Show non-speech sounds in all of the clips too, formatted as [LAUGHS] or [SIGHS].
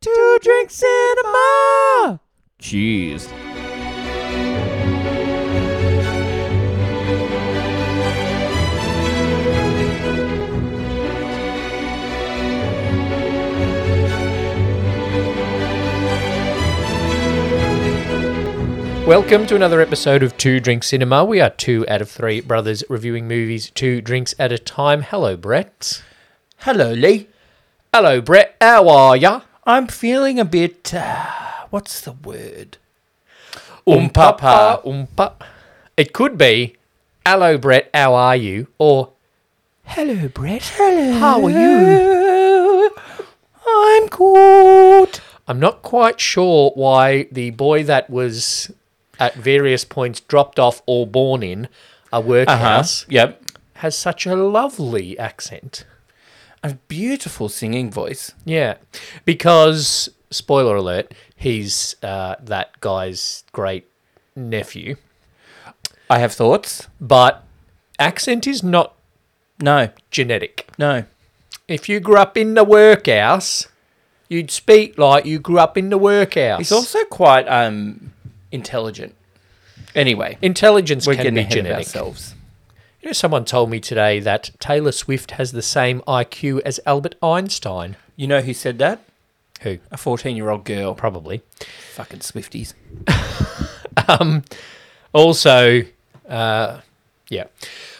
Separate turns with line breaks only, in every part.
Two Drink Cinema. Cheers.
Welcome to another episode of Two Drink Cinema. We are two out of three brothers reviewing movies two drinks at a time. Hello, Brett.
Hello, Lee.
Hello, Brett. How are ya?
I'm feeling a bit. Uh, what's the word?
Um, Umpapa. Umpa. It could be, hello, Brett. How are you? Or,
Hello, Brett. Hello.
How are you?
I'm good.
I'm not quite sure why the boy that was at various points dropped off or born in a
Uh-huh.
workhouse
Yep.
has such a lovely accent.
A beautiful singing voice.
Yeah, because spoiler alert, he's uh, that guy's great nephew,
I have thoughts.
but accent is not
No,
genetic.
no.
If you grew up in the workhouse, you'd speak like you grew up in the workhouse.
He's also quite um intelligent. Anyway,
Intelligence
we're getting
can be
ahead of
genetic. You
ourselves.
know, someone told me today that Taylor Swift has the same IQ as Albert Einstein.
You know who said that?
Who?
A fourteen-year-old girl.
Probably.
Fucking Swifties.
Also, uh, yeah.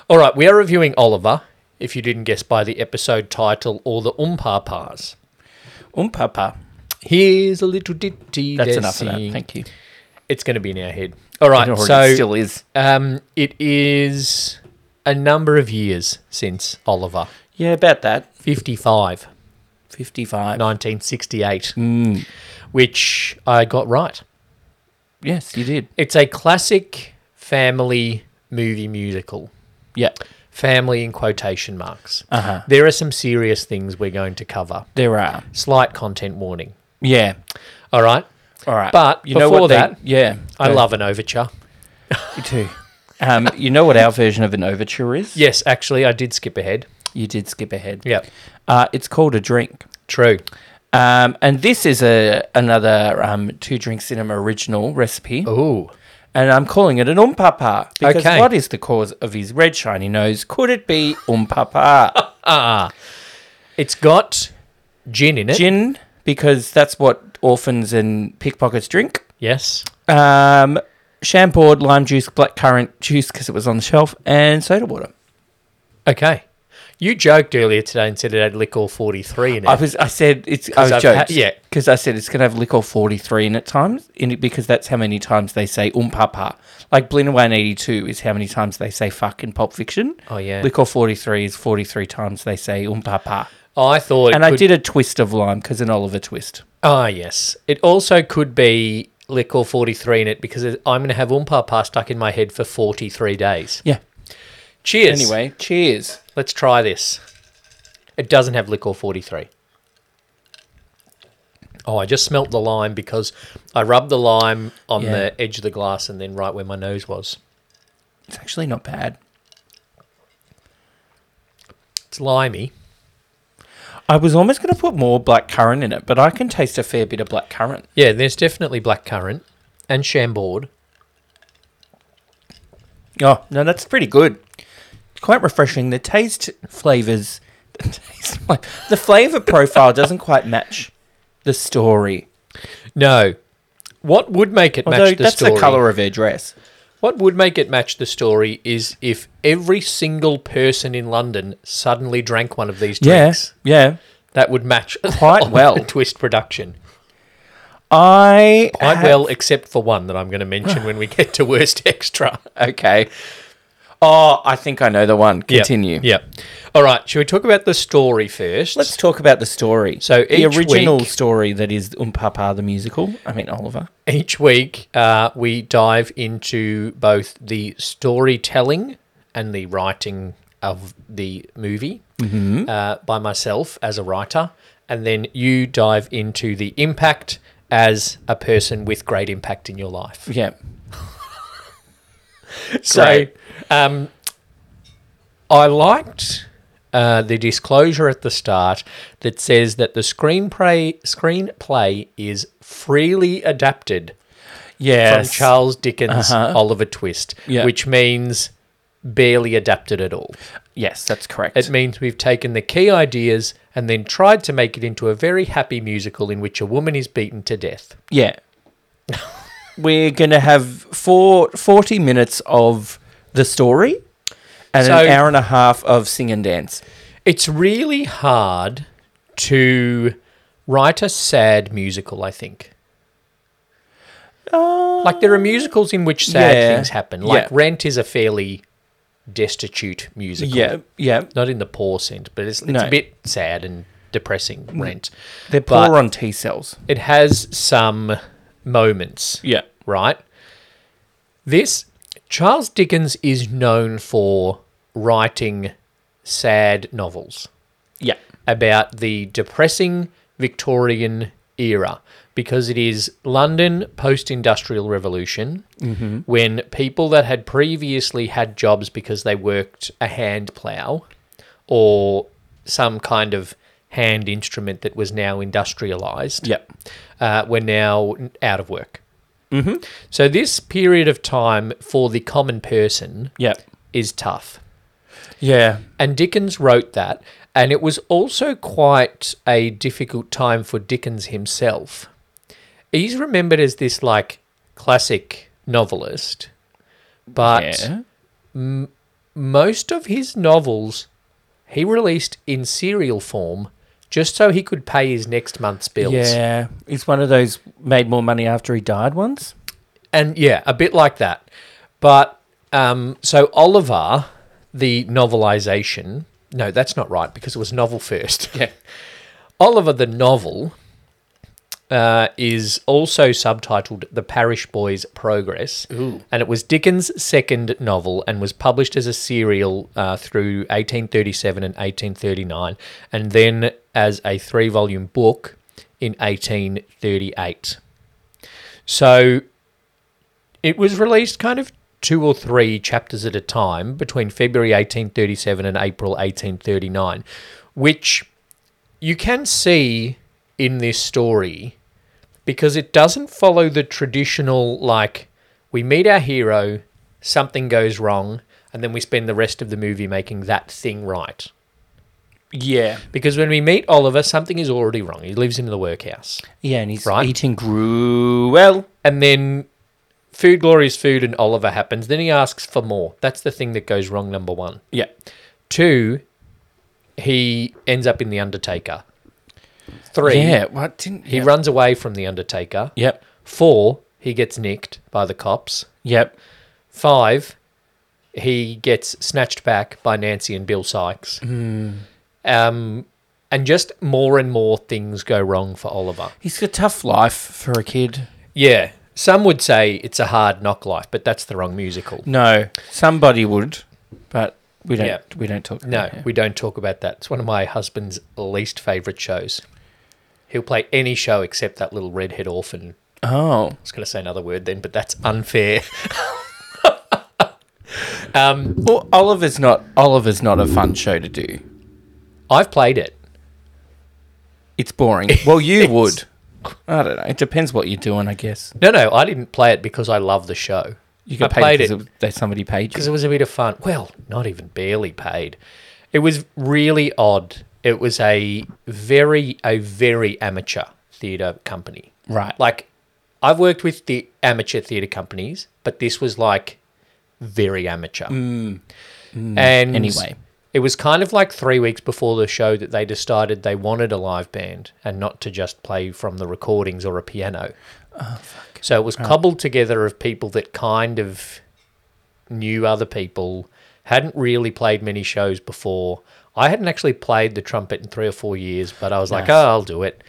All right, we are reviewing Oliver. If you didn't guess by the episode title or the umpapas,
Umpapa.
here's a little ditty.
Um, That's
they're
enough of that.
singing.
Thank you.
It's going to be in our head. All right,
It
so
already still is.
um, it is a number of years since Oliver,
Yeah, about that.
55,
Fifty-five.
1968,
Mm.
which I got right.
Yes, you did.
It's a classic family movie musical.
Yeah.
Family in quotation marks.
Uh huh.
There are some serious things we're going to cover.
There are.
Slight content warning.
Yeah.
All right.
All right.
But
you know
before
what
that,
that? Yeah.
I
Go.
love an overture.
you too. Um, you know what our version of an overture is?
Yes, actually, I did skip ahead.
You did skip ahead.
Yeah.
Uh, it's called a drink.
True.
Um, and this is a another um, two drink cinema original recipe,
Ooh.
and I'm calling it an umpapa because
Oh. Okay.
what is the cause of his red shiny nose? Could it be
[LAUGHS]
umpapa
It's got gin in it.
gin? Because that's what orphans and pickpockets drink.
Yes.
Um, shampooed lime juice, blackcurrant juice because it was on the shelf, and soda water.
Okay. You joked earlier today and said it had liquor 43 in it.
I was. I said it's. I was
I've
joked.
had- yeah.
because I said it's gonna have liquor forty three in it times in it because that's how many times they say umpapa. Like Blink one eighty two is how many times they say fuck in Pulp Fiction.
oh, yeah.
Liquor forty three is forty three times they say umpapa.
I thought. it
And I
could-
did a twist of lime because an Oliver twist.
Ah, yes. It also could be liquor 43 in it because I'm going to have umpapa stuck in my head for 43 days.
Yeah.
Cheers.
Anyway, cheers.
Let's try this. It doesn't have liquor 43. Oh, I just smelt the lime because I rubbed the lime on
Yeah.
the edge of the glass and then right where my nose was.
It's actually not bad.
It's limey.
I was almost gonna put more blackcurrant in it, but I can taste a fair bit of blackcurrant.
Yeah, there's definitely blackcurrant and chambord.
Oh no, that's pretty good. It's Quite refreshing. The taste flavors, [LAUGHS] the taste, fla- the flavor profile doesn't quite match the story.
No. What would make it
Although
match the
that's
story?
the color of her dress.
What would make it match the story is if every single person in London suddenly drank one of these drinks.
yeah.
That would match [LAUGHS]
Quite well.
Twist production.
I
Quite
ha-
well, except for one that I'm going to mention when we get to worst extra.
Okay. Oh, I think I know the one. Continue.
Yeah. All right. Shall we talk about the story 1st
Let's talk about the story.
So
the
each
original
week-
story that is Umpapa the musical. I mean Oliver.
Each week, uh, we dive into both the storytelling and the writing of the movie uh, by myself as a writer, and then you dive into the impact as a person with great impact in
[LAUGHS]
your life.
Yeah.
So, um, I liked uh, the disclosure at the start that says that the screenplay screenplay is freely adapted
Yes.
from Charles Dickens' Oliver Twist,
Uh-huh. Yeah.
which means barely adapted at all.
Yes, that's correct.
It means we've taken the key ideas and then tried to make it into a very happy musical in which a woman is beaten to death.
yeah. We're going to have four, 40 minutes of the story and
So-
an hour and a half of sing and dance.
It's really hard to write a sad musical, I think.
Ah.
like there are musicals in which sad
yeah.
things happen. Like
Yeah.
Rent is a fairly destitute musical.
Yeah, yeah.
Not in the poor sense, but it's, it's
No. Mm.
a bit sad and depressing, Rent.
They're
But-
poor on T cells.
It has some moments.
Yeah.
right? This Charles Dickens is known for writing sad novels
Yeah.
about the depressing Victorian era because it is London post industrial revolution when people that had previously had jobs because they worked a hand plow or some kind of hand instrument that was now industrialized
Yeah.
uh, were now out of work. Mm-hmm. So this period of time for the common person
Yeah.
is tough.
Yeah.
And Dickens wrote that. And it was also quite a difficult time for Dickens himself. He's remembered as this like classic novelist, but
yeah.
most of his novels he released in serial form just so he could pay his next month's bills.
Yeah, he's one of those made more money after he died ones.
and yeah, a bit like that. But um, so Oliver, the novelization. No, that's not right because it was novel first. [LAUGHS] Yeah. Oliver the novel uh, is also subtitled The Parish Boy's Progress. And it was Dickens' second novel and was published as a serial uh, through 1837 and 1839, and then as a three volume book in 1838. So it was released kind of two or three chapters at a time between February 1837 and April 1839, which you can see in this story because it doesn't follow the traditional, like, we meet our hero, something goes wrong, and then we spend the rest of the movie making that thing right.
Yeah,
Because when we meet Oliver, something is already wrong. He lives in the workhouse.
yeah, and he's
Right.
eating gruel.
And then Food Glory's Food and Oliver happens. Then he asks for more. That's the thing that goes wrong, number one.
Yeah,
Two, he ends up in The Undertaker. Three,
yeah. What didn't
he
Yep.
runs away from The Undertaker.
Yep,
Four, he gets nicked by the cops.
yep,
Five, he gets snatched back by Nancy and Bill Sykes. Um, and just more and more things go wrong for Oliver.
he's got a tough life for a kid.
Yeah. Some would say it's a hard knock life, but that's the wrong musical.
No, somebody would, but we don't.
Yeah.
We don't talk.
No,
about it.
we don't talk about that. It's one of my husband's least favourite shows. He'll play any show except that little redhead orphan.
Oh,
I was going to say another word then, but that's unfair. [LAUGHS] um,
well, Oliver's not. Oliver's not a fun show to do.
I've played it.
It's
[LAUGHS]
boring. Well, you
It's-
would. I don't know. It depends what you're doing, I guess.
No, no, I didn't play it because I love the show.
You
I
got
played
paid
it.
because it. somebody paid
because
you.
it was a bit of fun. Well, not even barely paid. It was really odd. It was a very, a very amateur theatre company.
Right.
Like, I've worked with the amateur theatre companies, but this was like very amateur. And
Mm, Anyway.
it was kind of like three weeks before the show that they decided they wanted a live band and not to just play from the recordings or a piano.
Oh,
So it was cobbled together of people that kind of knew other people, hadn't really played many shows before. I hadn't actually played the trumpet in three or four years, but I was like,
Nice.
oh, I'll do it.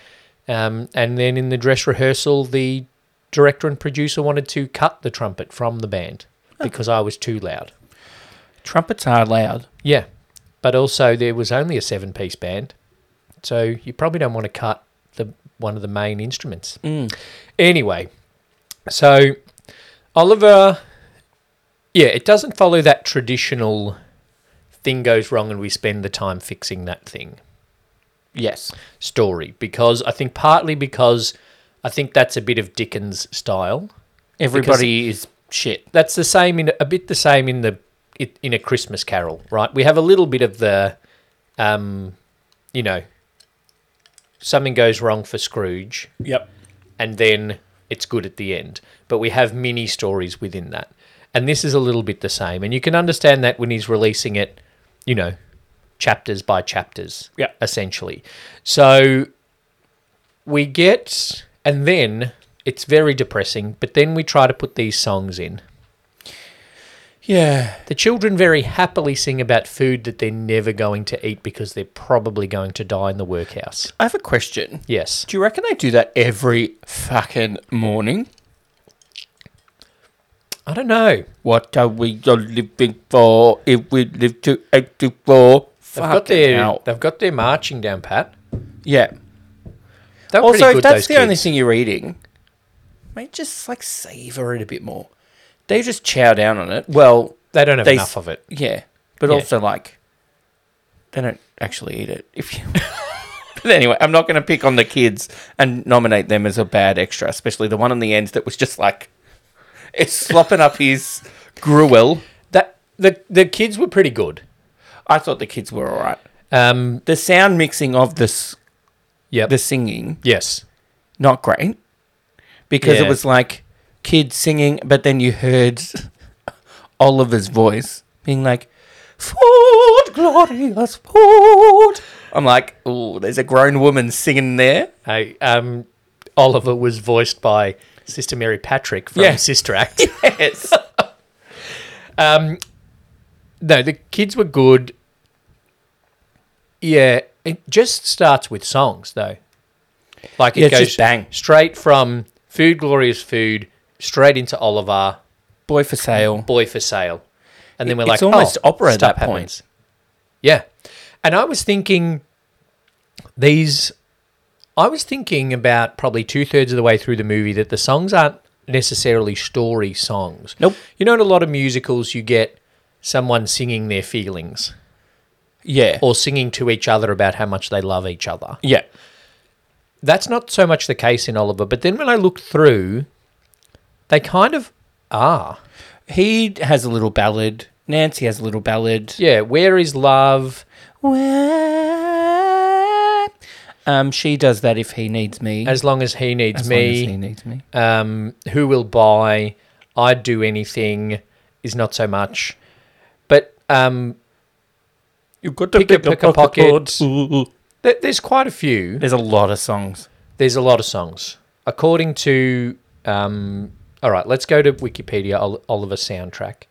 Um, and then in the dress rehearsal, the director and producer wanted to cut the trumpet from the band because I was too loud.
Trumpets are loud.
Yeah. But also, there was only a seven piece band. So you probably don't want to cut the one of the main instruments. Anyway, so Oliver, yeah, it doesn't follow that traditional thing goes wrong and we spend the time fixing that thing
Yes.
story because I think partly because I think that's a bit of Dickens style.
Everybody is shit.
That's the same in a bit the same in the it- in a Christmas Carol, right? We have a little bit of the, um, you know, something goes wrong for Scrooge,
Yep.
and then it's good at the end. But we have mini stories within that. And this is a little bit the same. And you can understand that when he's releasing it, you know, chapters by chapters,
Yeah.
essentially. So we get, and then it's very depressing, but then we try to put these songs in.
Yeah.
The children very happily sing about food that they're never going to eat because they're probably going to die in the workhouse.
I have a question.
Yes.
Do you reckon they do that every fucking morning?
I don't know.
What are we all living for if we live to 84?
They've got their they've got their marching down pat.
Yeah.
They were
also,
pretty
if
good,
that's
those
the only
kids.
thing you're eating, mate, just like savor it a bit more. They just chow down on it. Well,
they don't have
they
enough
s-
of it.
yeah, but
Yeah.
also like they don't actually eat it. If you, [LAUGHS] but anyway, I'm not going to pick on the kids and nominate them as a bad extra, especially the one on the end that was just like it's slopping up his gruel.
That the the kids were pretty good.
I thought the kids were all right.
Um,
The sound mixing of this,
yeah,
the singing,
yes,
not great because it
Yeah.
was like kids singing, but then you heard [LAUGHS] Oliver's voice being like, Ford, glorious Ford. I'm like, oh, there's a grown woman singing there. [LAUGHS]
I, um, Oliver was voiced by Sister Mary Patrick from
Yeah.
Sister Act.
Yes.
no, the kids were good. Yeah, it just starts with songs though. Like it
Yeah, it's
goes
just bang.
straight from Food Glorious Food straight into Oliver
Boy for sale.
Boy for Sale, and then we're
It's
like,
almost
oh,
opera at
stuff
that point.
happens. Yeah, and I was thinking these. I was thinking about probably two thirds of the way through the movie that the songs aren't necessarily story songs.
Nope.
You know, in a lot of musicals, you get someone singing their feelings
Yeah.
or singing to each other about how much they love each other.
yeah.
That's not so much the case in Oliver, but then when I look through, they kind of are.
He has a little ballad. Nancy has a little ballad.
Yeah, where is love?
Well, Um, she does that if he needs me.
As long as he needs
As long
me.
as he needs me.
um, who will buy, I'd do anything is not so much. But um,
You got to
Pick a- pick a pick a pocket. pocket.
Ooh.
th- there's quite a few.
There's a lot of songs.
There's a lot of songs. According to, um, all right, let's go to Wikipedia, Ol- Oliver soundtrack.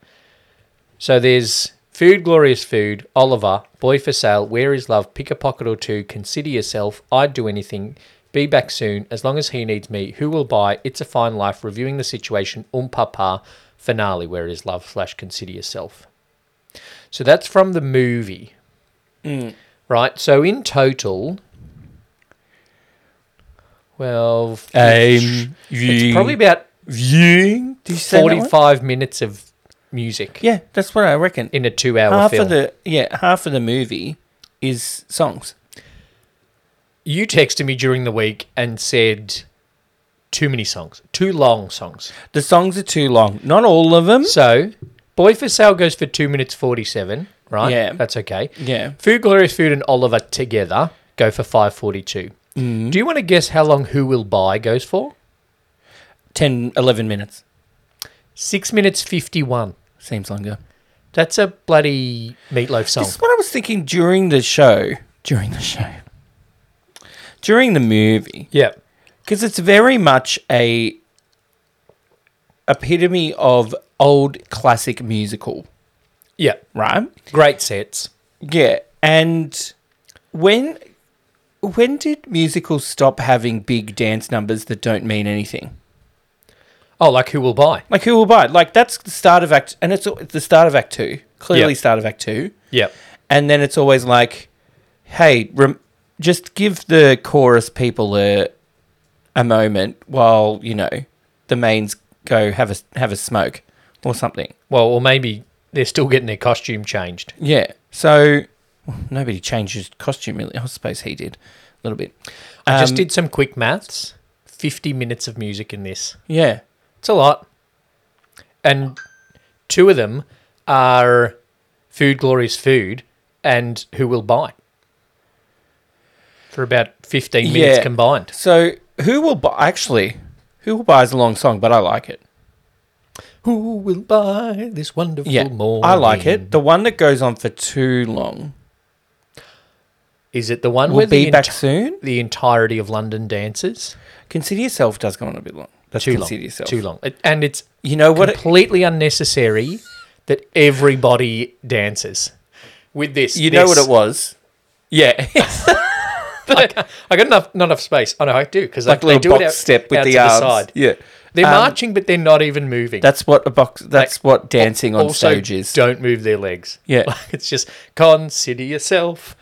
So there's Food, Glorious Food, Oliver, Boy for Sale, Where is Love, Pick a Pocket or Two, Consider Yourself, I'd Do Anything, Be Back Soon, As Long as He Needs Me, Who Will Buy, It's a Fine Life, Reviewing the Situation, Um Papa, Finale, Where is Love, Flash, Consider Yourself. So that's from the movie.
Mm. Um,
Right? So in total, well, it's probably about
viewing. Do you say that one?
45 minutes of music
Yeah, that's what I reckon.
in a two hour
half
film.
of the yeah, half of the movie is songs.
you texted me during the week and said too many songs, too long songs.
The songs are too long. Not all of them.
So, Boy for Sale goes for two minutes forty-seven, right?
Yeah.
that's okay.
Yeah.
Food Glorious Food and Oliver together go for five forty-two.
Mm-hmm.
Do you want to guess how long Who Will Buy goes for?
10 11 minutes
Six minutes fifty-one.
seems longer.
That's a bloody meatloaf song.
This is what I was thinking during the show, during the show. During the movie.
yeah,
Because it's very much a epitome of old classic musical,
yeah,
right?
great sets.
Yeah, and when when did musicals stop having big dance numbers that don't mean anything?
Oh, like Who Will Buy?
Like who will buy? it? Like that's the start of act, and it's, it's the start of act two. Clearly,
Yeah.
start of act two,
Yeah,
and then it's always like, hey, rem- just give the chorus people a a moment while you know the mains go have a have a smoke or something.
well, or maybe they're still getting their costume changed.
Yeah. So well, nobody changed his costume really. I suppose he did a little bit.
I just
Um,
did some quick maths. 50 minutes of music in this.
Yeah.
It's a lot. And two of them are Food Glorious Food and Who Will Bite for about 15 minutes
Yeah.
combined.
So who will buy? Actually, who will buy is a long song, but I like it.
Who will buy this wonderful
Yeah,
morning?
I like it. The one that goes on for too long
Is it the one
will
with
be
the,
back
enti-
soon.
the entirety of London dances?
Consider yourself does go on a bit long. That's
Too long.
consider yourself.
Too long. It- And it's
You know what? it-
completely unnecessary that everybody dances with this.
you know what
this.
it was. Yeah, [LAUGHS]
I got enough, not enough space. I know I do because
like a
they, they
little
do
box
it out,
step with
out
the
to
arms.
side.
Yeah,
They're
Um,
marching, but they're not even moving.
That's what a box. That's what dancing on
also,
stage is.
Don't move their legs.
Yeah.
[LAUGHS] Like, it's just consider yourself.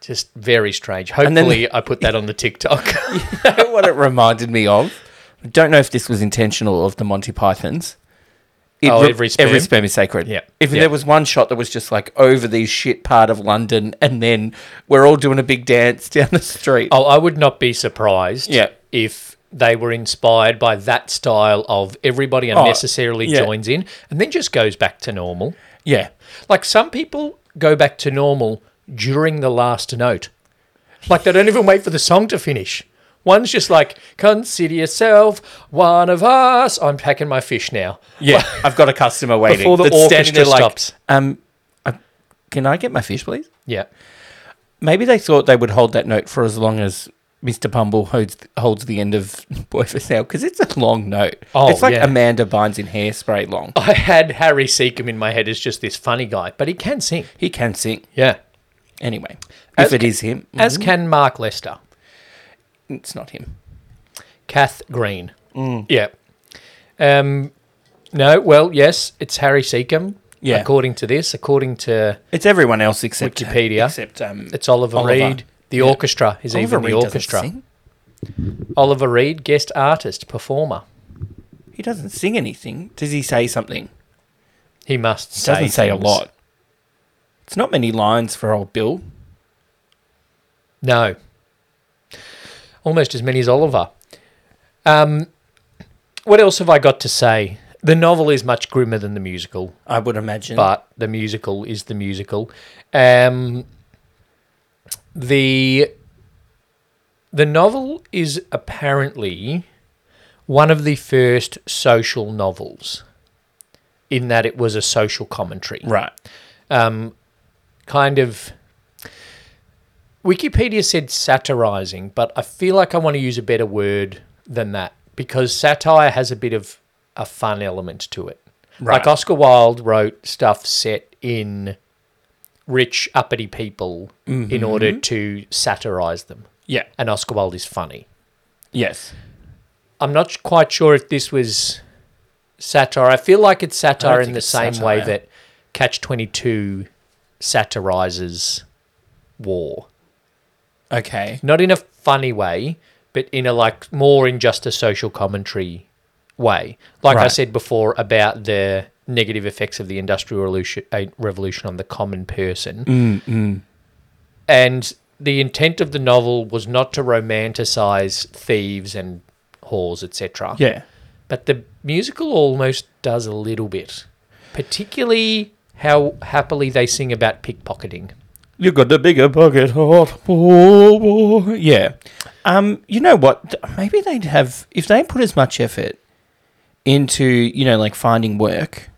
Just very strange.
And then-
Hopefully, I put that on the TikTok. [LAUGHS]
know what it reminded me of? I don't know if this was intentional of the Monty Pythons. It
Oh, every sperm?
every sperm is sacred.
Yeah.
If
Yeah.
there was one shot that was just like over the shit part of London, and then we're all doing a big dance [LAUGHS] down the street.
oh, I would not be surprised.
Yeah.
If they were inspired by that style of everybody unnecessarily
Oh, yeah.
joins in and then just goes back to normal.
yeah,
Like some people go back to normal during the last note. Like they don't even wait for the song to finish. One's just like, consider yourself one of us. I'm packing my fish now.
yeah. [LAUGHS] I've got a customer waiting.
Before the
that's standing
orchestra
there like,
stops.
Um, I, can I get my fish, please?
Yeah.
Maybe they thought they would hold that note for as long as Mr. Pumble holds holds the end of [LAUGHS] Boy for Sale because it's a long note.
Oh,
it's like
yeah. Oh.
Amanda Bynes in Hairspray long.
I had Harry Seacombe in my head as just this funny guy, but he can sing.
He can sing.
Yeah.
Anyway,
As
if it is him,
As can Mark Lester.
it's not him.
Kath Green.
Mm.
Yeah. Um, no, well, yes, it's Harry Seacombe.
Yeah.
According to this, according to
It's everyone else except
Wikipedia.
Except um,
it's Oliver,
Oliver.
Reed. The orchestra is
Oliver
even the
Reed doesn't
orchestra.
sing.
Oliver Reed, guest artist, performer.
He doesn't sing anything. Does he say something?
He must
He
say
doesn't say a
things.
lot. It's not many lines for old Bill.
No. Almost as many as Oliver. Um, what else have I got to say? The novel is much grimmer than the musical,
I would imagine.
but the musical is the musical. Um, the the novel is apparently one of the first social novels, in that it was a social commentary.
right.
um, kind of Wikipedia said satirizing, but I feel like I want to use a better word than that because satire has a bit of a fun element to it. Like
Right.
Oscar Wilde wrote stuff set in rich, uppity people in order to satirize them.
Yeah.
And Oscar Wilde is funny.
Yes.
I'm not s- quite sure if this was satire. I feel like it's satire in
think
the
it's
same way
satire.
that Catch 22 satirizes war.
Okay.
Not in a funny way, but in a like more in just a social commentary way. Like I
Right.
said before about the negative effects of the industrial revolution, uh, revolution on the common person.
Mm,
And the intent of the novel was not to romanticize thieves and whores, etc.
Yeah.
But the musical almost does a little bit, particularly how happily they sing about pickpocketing.
You got the bigger pocket, hot boy. Yeah. Um, you know what? Th- Maybe they'd have if they put as much effort into you know like finding work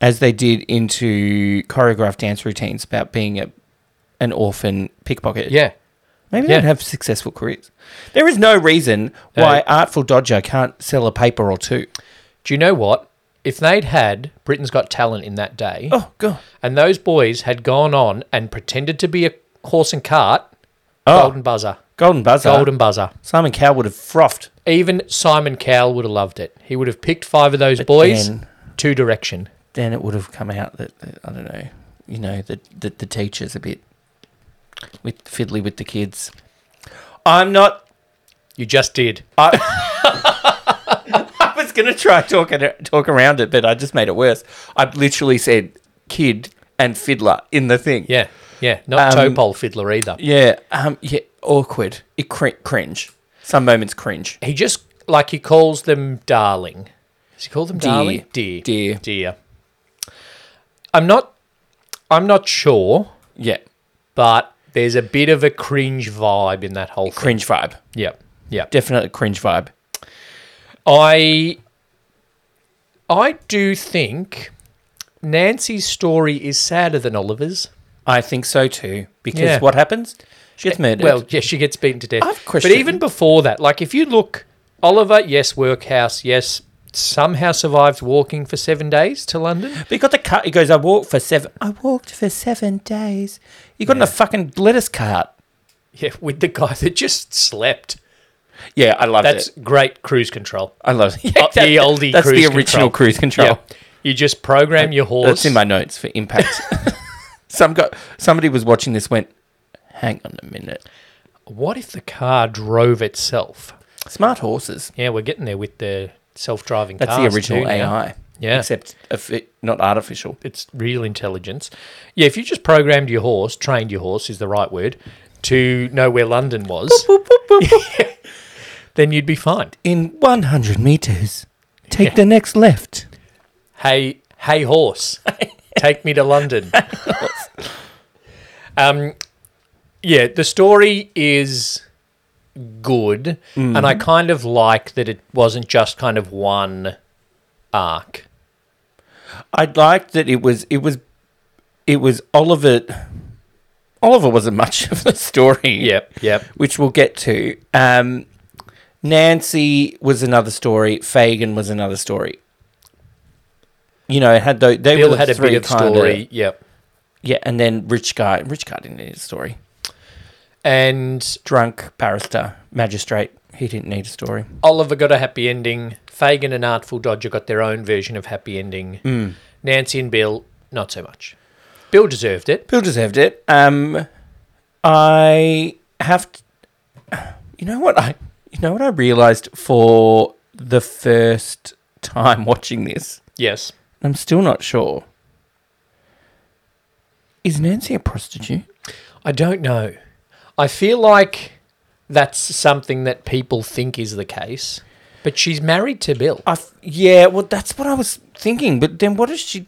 as they did into choreographed dance routines about being a an orphan pickpocket.
Yeah.
Maybe
yeah.
they'd have successful careers. There is no reason why
No.
Artful Dodger can't sell a paper or two.
Do you know what? If they'd had Britain's Got Talent in that day,
Oh god.
and those boys had gone on and pretended to be a horse and cart,
Oh, golden,
golden buzzer,
buzzer.
golden buzzer.
Simon Cowell would have frothed.
Even Simon Cowell would have loved it. He would have picked five of those boys.
then-
Two Direction.
then it would have come out that, that I don't know, you know, that, that the teacher's a bit with fiddly with the kids. I'm not.
You just did.
I was gonna try talking talk around it, but I just made it worse. I literally said kid and fiddler in the thing.
Yeah, yeah. Not
Um,
Topol Fiddler either.
Yeah, um, yeah, awkward. It cr- cringe. Some moments cringe.
He just like he calls them darling. Does he call them
Dear.
darling? Dear.
Dear.
Dear. I'm not I'm not sure,
Yeah,
but there's a bit of a cringe vibe in that whole thing.
cringe vibe.
Yeah. Yeah.
Definitely cringe vibe.
I I do think Nancy's story is sadder than Oliver's.
I think so too. Because
Yeah.
what happens? She gets murdered.
Well, yeah, she gets beaten to death.
I have a question.
But even before that, like if you look, Oliver, yes, workhouse, yes, somehow survived walking for seven days to London.
But he got the cart. He goes, I walked for seven. I walked for seven days. You got in a fucking lettuce cart.
Yeah, with the guy that just slept.
Yeah, I loved
That's
it.
great cruise control.
I [LAUGHS] love
Uh, the oldie
That's
cruise
the original
control.
cruise control.
Yeah. You just program your horse.
That's in my notes for [LAUGHS] impact. Some got somebody was watching this went, hang on a minute.
what if the car drove itself?
Smart horses.
Yeah, we're getting there with the self-driving
That's
cars
the
too
original
now.
AI.
Yeah.
Except if it, not artificial.
it's real intelligence. Yeah, if you just programmed your horse, trained your horse is the right word, to know where London was, [LAUGHS] then you'd be fine.
In 100 meters, take the next left.
Hey, hey, horse, take me to London. um, yeah, the story is good, and I kind of like that it wasn't just kind of one arc.
I liked that it was it was it was Oliver. Oliver wasn't much [LAUGHS] of the story.
Yep, yep.
which we'll get to. Um, Nancy was another story. Fagan was another story. You know, it had those. They
Bill
were the
had a
three
bit of
kinda-
story. Yep,
yeah, and then rich guy. Rich guy didn't need a story.
and
Drunk barrister, magistrate. He didn't need a story.
Oliver got a happy ending. Fagin and Artful Dodger got their own version of happy ending. Nancy and Bill, not so much. Bill deserved it.
Bill deserved it. Um, I have. T- you know what I? You know what I realized for the first time watching this.
Yes.
I'm still not sure. Is Nancy a prostitute?
I don't know. I feel like that's something that people think is the case, but she's married to Bill.
I f- yeah, well, that's what I was thinking. But then, what is she?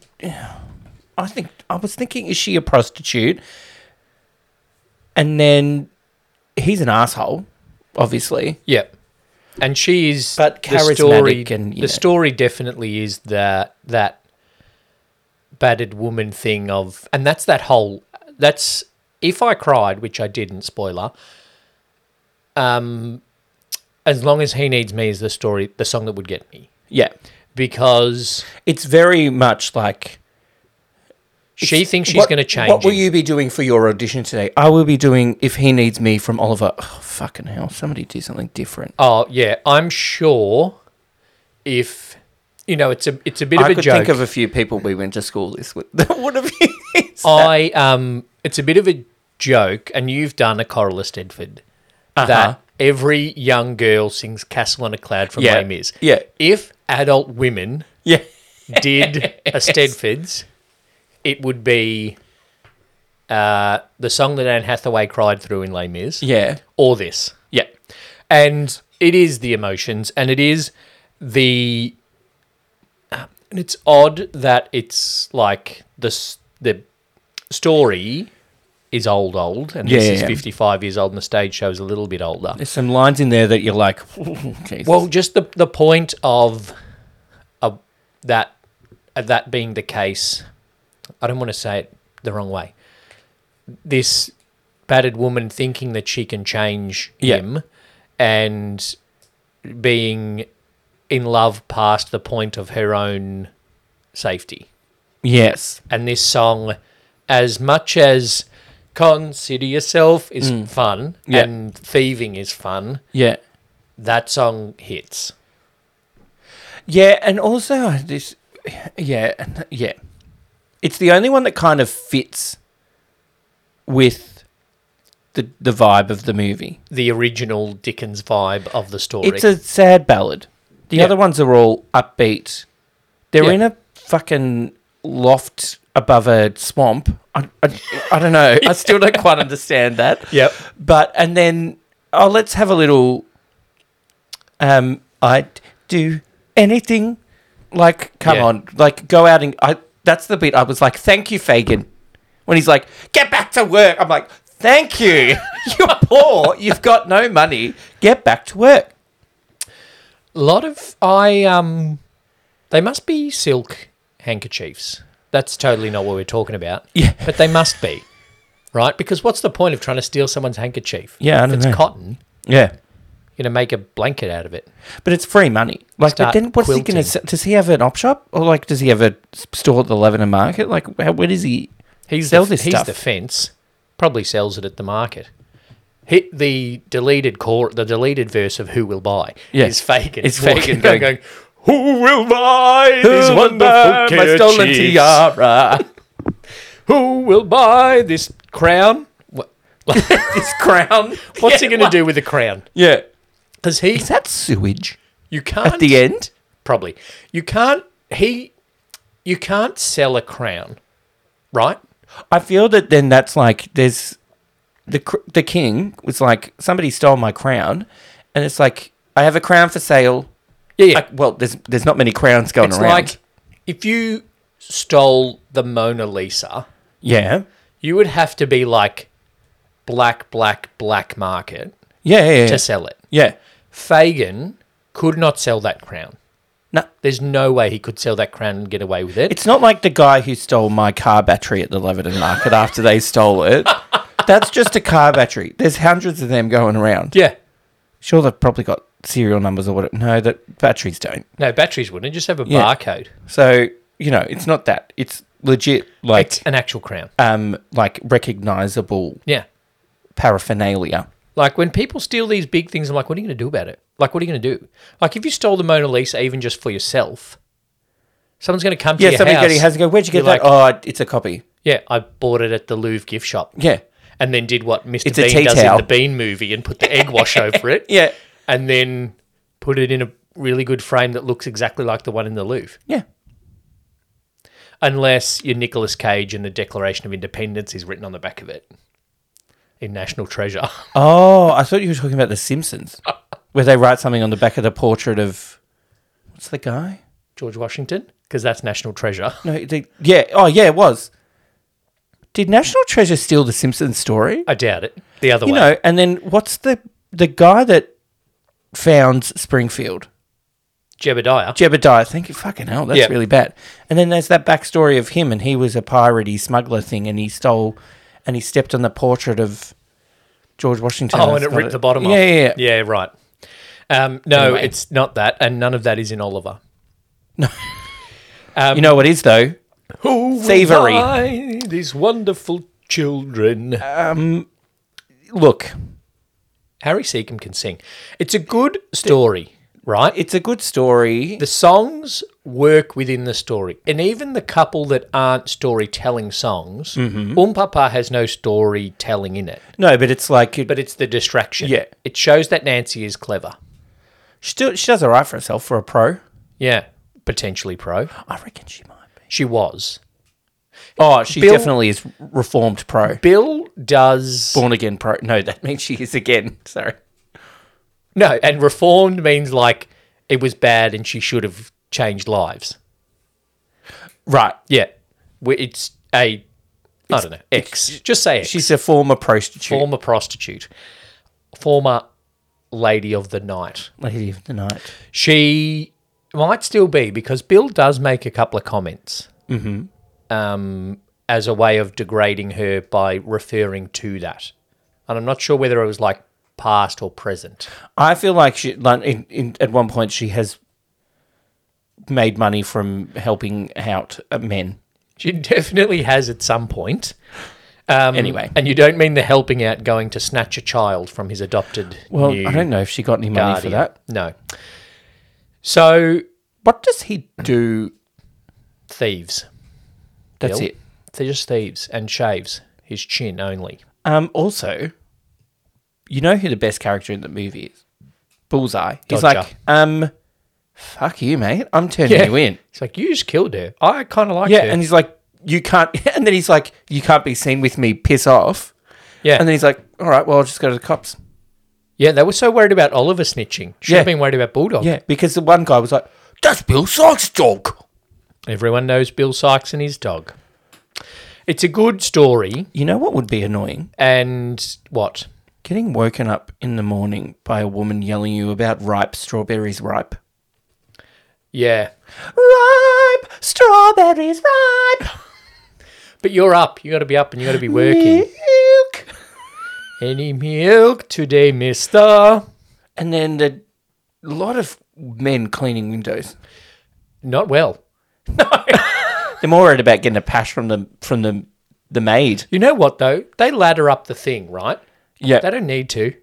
I think I was thinking, is she a prostitute? And then he's an asshole, obviously.
Yep. And she is
But
the story.
charismatic and,
the
you know.
story definitely is that that battered woman thing of, and that's that whole. That's if I cried, which I didn't. Spoiler. Um, as long as he needs me is the story, the song that would get me
Yeah,
because
it's very much like
she thinks she's
What-
going to change.
What will
him.
you be doing for your audition today? I will be doing "If He Needs Me" from Oliver. Oh, fucking hell! Somebody do something different.
Oh yeah, I'm sure. If you know, it's a it's a bit
I
of a
could
joke.
think of a few people we went to school this with [LAUGHS] that would have been.
I um, it's a bit of a joke, and you've done a Coral Stedford
Uh-huh.
that every young girl sings "Castle on a Cloud" from
Yeah,
Les Mis.
yeah.
If adult women
Yeah. [LAUGHS]
did a Stedfords, it would be uh, the song that Anne Hathaway cried through in Les Mis,
Yeah.
or this,
Yeah.
and it is the emotions, and it is the. And it's odd that it's like the s- the story is old, old, and this
Yeah,
is
yeah.
55 years old, and the stage show is a little bit older.
There's some lines in there that you're like, [LAUGHS] Jesus.
Well, just the, the point of, of that of that being the case, I don't want to say it the wrong way. This battered woman thinking that she can change
Yeah.
him and being in love past the point of her own safety
yes.
and this song, as much as consider yourself is fun
Mm. Yeah.
and thieving is fun,
Yeah.
that song hits.
Yeah, and also this, yeah, and- yeah. It's the only one that kind of fits with the the vibe of the movie.
the original Dickens vibe of the story.
It's a sad ballad. The
Yeah.
other ones are all upbeat. They're
Yeah.
in a fucking loft above a swamp. I, I, I don't know.
[LAUGHS]
I still don't quite understand that.
Yep.
But and then oh, let's have a little. Um, I'd do anything. Like, come
Yeah.
on, like go out and I. That's the bit I was like, thank you, Fagin. When he's like, get back to work, I'm like, thank you. [LAUGHS] You're poor. You've got no money. Get back to work.
A lot of I um, they must be silk handkerchiefs. That's totally not what we're talking about.
Yeah.
but they must be, right? Because what's the point of trying to steal someone's handkerchief?
Yeah, I
if
don't
it's
know.
cotton,
Yeah,
you know, make a blanket out of it.
but it's free money. Like, but
Start
then what's he
quilting.
going to? Does he have an op shop or like does he have a s- store at the Lebanon market? Like, how, where does he?
He's
Sell
the,
this
he's
stuff.
the fence. Probably sells it at the market. Hit the deleted core, the deleted verse of "Who will buy"
Yeah.
is Fagin.
It's
[LAUGHS] walking
Fagin
around
going,
"Who will buy this
My
wonderful
stolen
kerchief? [LAUGHS]
tiara,
Who will buy this crown?" What,
this crown.
what's he going to do with the crown?
Yeah,
Because he,
is that sewage
you can't
at the end?
probably you can't he, you can't sell a crown, right?
I feel that then that's like there's the cr- the king was like somebody stole my crown, and it's like I have a crown for sale.
Yeah, yeah.
Like, well, there's there's not many crowns going
it's
around.
like if you stole the Mona Lisa.
yeah,
you would have to be like black, black, black market
yeah, yeah, yeah.
to sell it.
yeah.
Fagin could not sell that crown.
No,
There's no way he could sell that crown and get away with it.
It's not like the guy who stole my car battery at the Leverton market after they stole it. That's just a car battery. There's hundreds of them going around.
yeah.
Sure, they've probably got serial numbers or whatever. No, that batteries don't.
No, batteries wouldn't. Just have a
Yeah.
barcode.
So you know, it's not that. It's legit, like
It's an actual crown.
um, like recognizable
Yeah.
paraphernalia.
Like when people steal these big things, I'm like, what are you going to do about it? Like, what are you going to do? Like, if you stole the Mona Lisa, even just for yourself, someone's going to come to
Yeah,
your
somebody
house.
getting has to go. Where'd you get
You're
that? oh, it's a copy.
Yeah, I bought it at the Louvre gift shop.
Yeah,
and then did what Mr.
It's a tea
Bean does
towel.
in the Bean movie and put the
[LAUGHS]
egg wash over it.
Yeah.
And then put it in a really good frame that looks exactly like the one in the Louvre.
yeah.
Unless your Nicolas Cage and the Declaration of Independence is written on the back of it in National Treasure. [LAUGHS]
Oh, I thought you were talking about The Simpsons, where they write something on the back of the portrait of what's the guy?
George Washington, because that's National Treasure.
No, they, yeah. Oh, yeah, it was. Did National Treasure steal the Simpsons story?
I doubt it. The other
You
way.
know, and then what's the the guy that founds Springfield?
Jebediah.
Jebediah. Thank you. Fucking hell, that's
Yeah.
really bad. And then there's that backstory of him, and he was a pirate, he smuggler thing, and he stole, and he stepped on the portrait of George Washington.
oh, and it
it's not
ripped
a-
the bottom
yeah,
off.
Yeah, yeah,
Yeah, right. Um, no,
Anyway.
it's not that. And none of that is in Oliver.
You know what is though?
Who will
Thievery.
buy These wonderful children.
Look,
Harry Seacom can sing. It's a good story, right?
it's a good story.
The songs work within the story. And even the couple that aren't storytelling songs,
Mm-hmm.
Umpapa has no storytelling in it,
No, but it's like it,
but it's the distraction.
Yeah.
It shows that Nancy is clever.
she, do, she does all right for herself for a pro.
Yeah. Potentially pro.
I reckon she might be.
She was.
Oh, she
Bill-
definitely is reformed pro,
Bill does.
born again pro. No, that means she is again. [LAUGHS] Sorry.
No, and reformed means like it was bad and she should have changed lives.
Right.
Yeah. We- It's a. I don't know. X. Just say X.
She's a former prostitute.
former prostitute, former lady of the night.
Lady of the night.
She might still be because Bill does make a couple of comments
Mm-hmm.
um, as a way of degrading her by referring to that. And I'm not sure whether it was like past or present.
I feel like she, like in, in, at one point, she has made money from helping out uh, men.
She definitely has at some point. Um,
Anyway.
And you don't mean the helping out going to snatch a child from his adopted
Well,
new
I don't know if she got any money
guardian.
for that.
No. So,
What does he do?
thieves.
That's
Bill.
it.
They're just thieves and shaves his chin only.
Um, also, you know who the best character in the movie is? Bullseye. He's
Dodger.
like, um, fuck you, mate. I'm turning you in.
It's like, you just killed her. I kind of like
Yeah,
her.
and he's like, you can't. [LAUGHS] And then he's like, you can't be seen with me. Piss off.
Yeah.
And then he's like, all right, well, I'll just go to the cops.
yeah, they were so worried about Oliver snitching. Should
Yeah.
have been worried about Bulldog.
Yeah, because the one guy was like, that's Bill Sykes' dog.
Everyone knows Bill Sykes and his dog. It's a good story.
You know what would be annoying?
And what?
Getting woken up in the morning by a woman yelling you about ripe strawberries ripe.
Yeah.
Ripe strawberries ripe.
But you're up. You got to be up and you got to be working.
Milk.
Any milk today, mister?
And then the lot of men cleaning windows.
Not well.
They're more worried about getting a pash from the from the the maid.
You know what, though? They ladder up the thing, right?
Yeah. [LAUGHS]
They don't need to.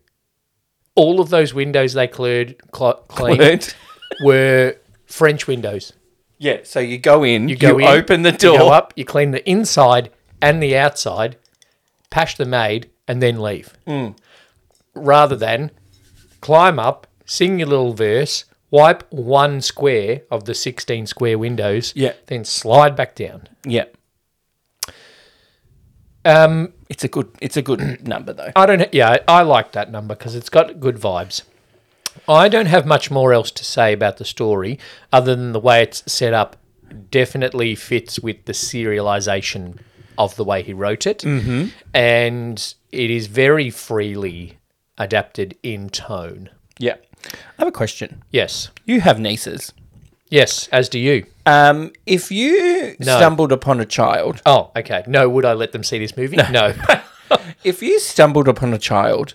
All of those windows they cleared, cl- cleaned
Word.
were French windows.
Yeah. So you go in, you,
go in,
open the
You
door.
go up, you clean the inside and the outside, pash the maid, and then leave.
Hmm.
Rather than climb up, sing your little verse, wipe one square of the 16 square windows,
Yeah.
then slide back down.
Yeah.
Um,
It's a good it's a good [CLEARS THROAT] number though.
I don't. Yeah, I like that number because it's got good vibes. I don't have much more else to say about the story, other than the way it's set up. Definitely fits with the serialization of the way he wrote it, mm-hmm. and it is very freely adapted in tone.
Yeah. I have a question.
Yes,
You have nieces.
yes, as do you.
Um, if you stumbled upon a child,
Oh, okay. No, would I let them see this movie? [LAUGHS] No.
if you stumbled upon a child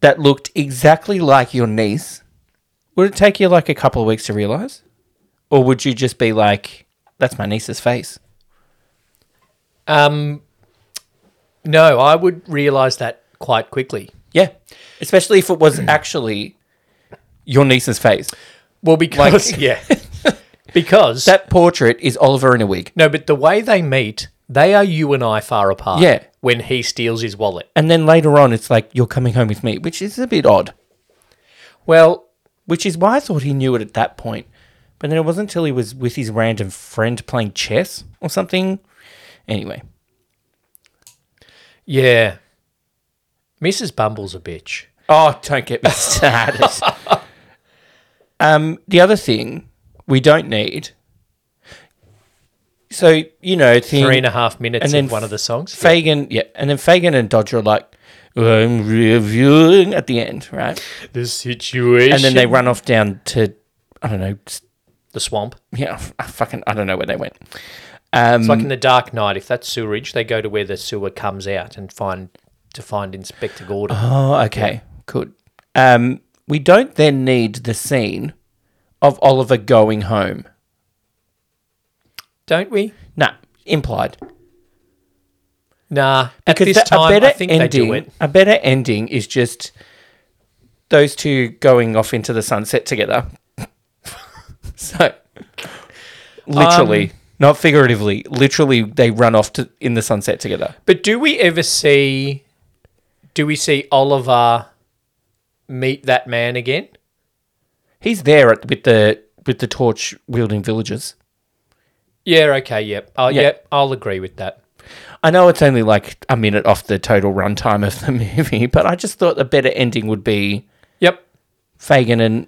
that looked exactly like your niece, would it take you like a couple of weeks to realize? Or would you just be like, that's my niece's face?
um, no, I would realize that quite quickly.
Yeah. Especially if it [CLEARS THROAT] was actually your niece's face.
Well,
[LAUGHS]
because yeah, [LAUGHS] because
That portrait is Oliver in a wig.
no, but the way they meet, they are you and I far apart.
Yeah.
when he steals his wallet.
And then later on, it's like, you're coming home with me, which is a bit odd,
Well,
which is why I thought he knew it at that point. But then it wasn't until he was with his random friend playing chess or something. Anyway.
yeah, Mrs. Bumble's a bitch.
Oh, don't get [LAUGHS] me started. um, the other thing we don't need. So you know, thing,
Three and a half minutes
And
and
then
of one of the songs.
Fagan, yeah, and then Fagan and Dodger are like, "I'm reviewing" at the end, right?
the situation.
And then they run off down to, I don't know, s-
the swamp.
yeah, [LAUGHS] I fucking, I don't know where they went. Um,
It's like in the Dark Knight. If that's sewerage, they go to where the sewer comes out and find to find Inspector Gordon.
Oh, okay. Good. Um, we don't then need the scene of Oliver going home.
Don't we?
Nah, implied.
Nah. At this
the-
time, I think
ending,
they do it.
A better ending is just those two going off into the sunset together. [LAUGHS] so, literally,
Um,
not figuratively, literally, they run off to, in the sunset together.
But do we ever see? Do we see Oliver meet that man again?
He's there at, with the with the torch wielding villagers.
Yeah. Okay. Yep. I'll,
Yeah.
Yep. I'll agree with that.
I know it's only like a minute off the total runtime of the [LAUGHS] movie, but I just thought the better ending would be
Yep.
Fagin and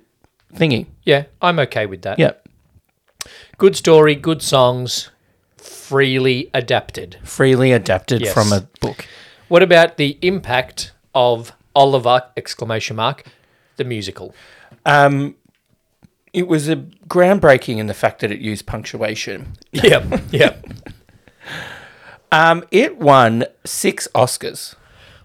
Thingy.
Yeah. I'm okay with that.
Yep.
Good story. Good songs. Freely adapted.
Freely adapted
Yes.
from a book.
What about the impact of Oliver exclamation mark the musical?
Um, it was a groundbreaking in the fact that it used punctuation.
[LAUGHS] Yep. Yep.
Um, it won six Oscars.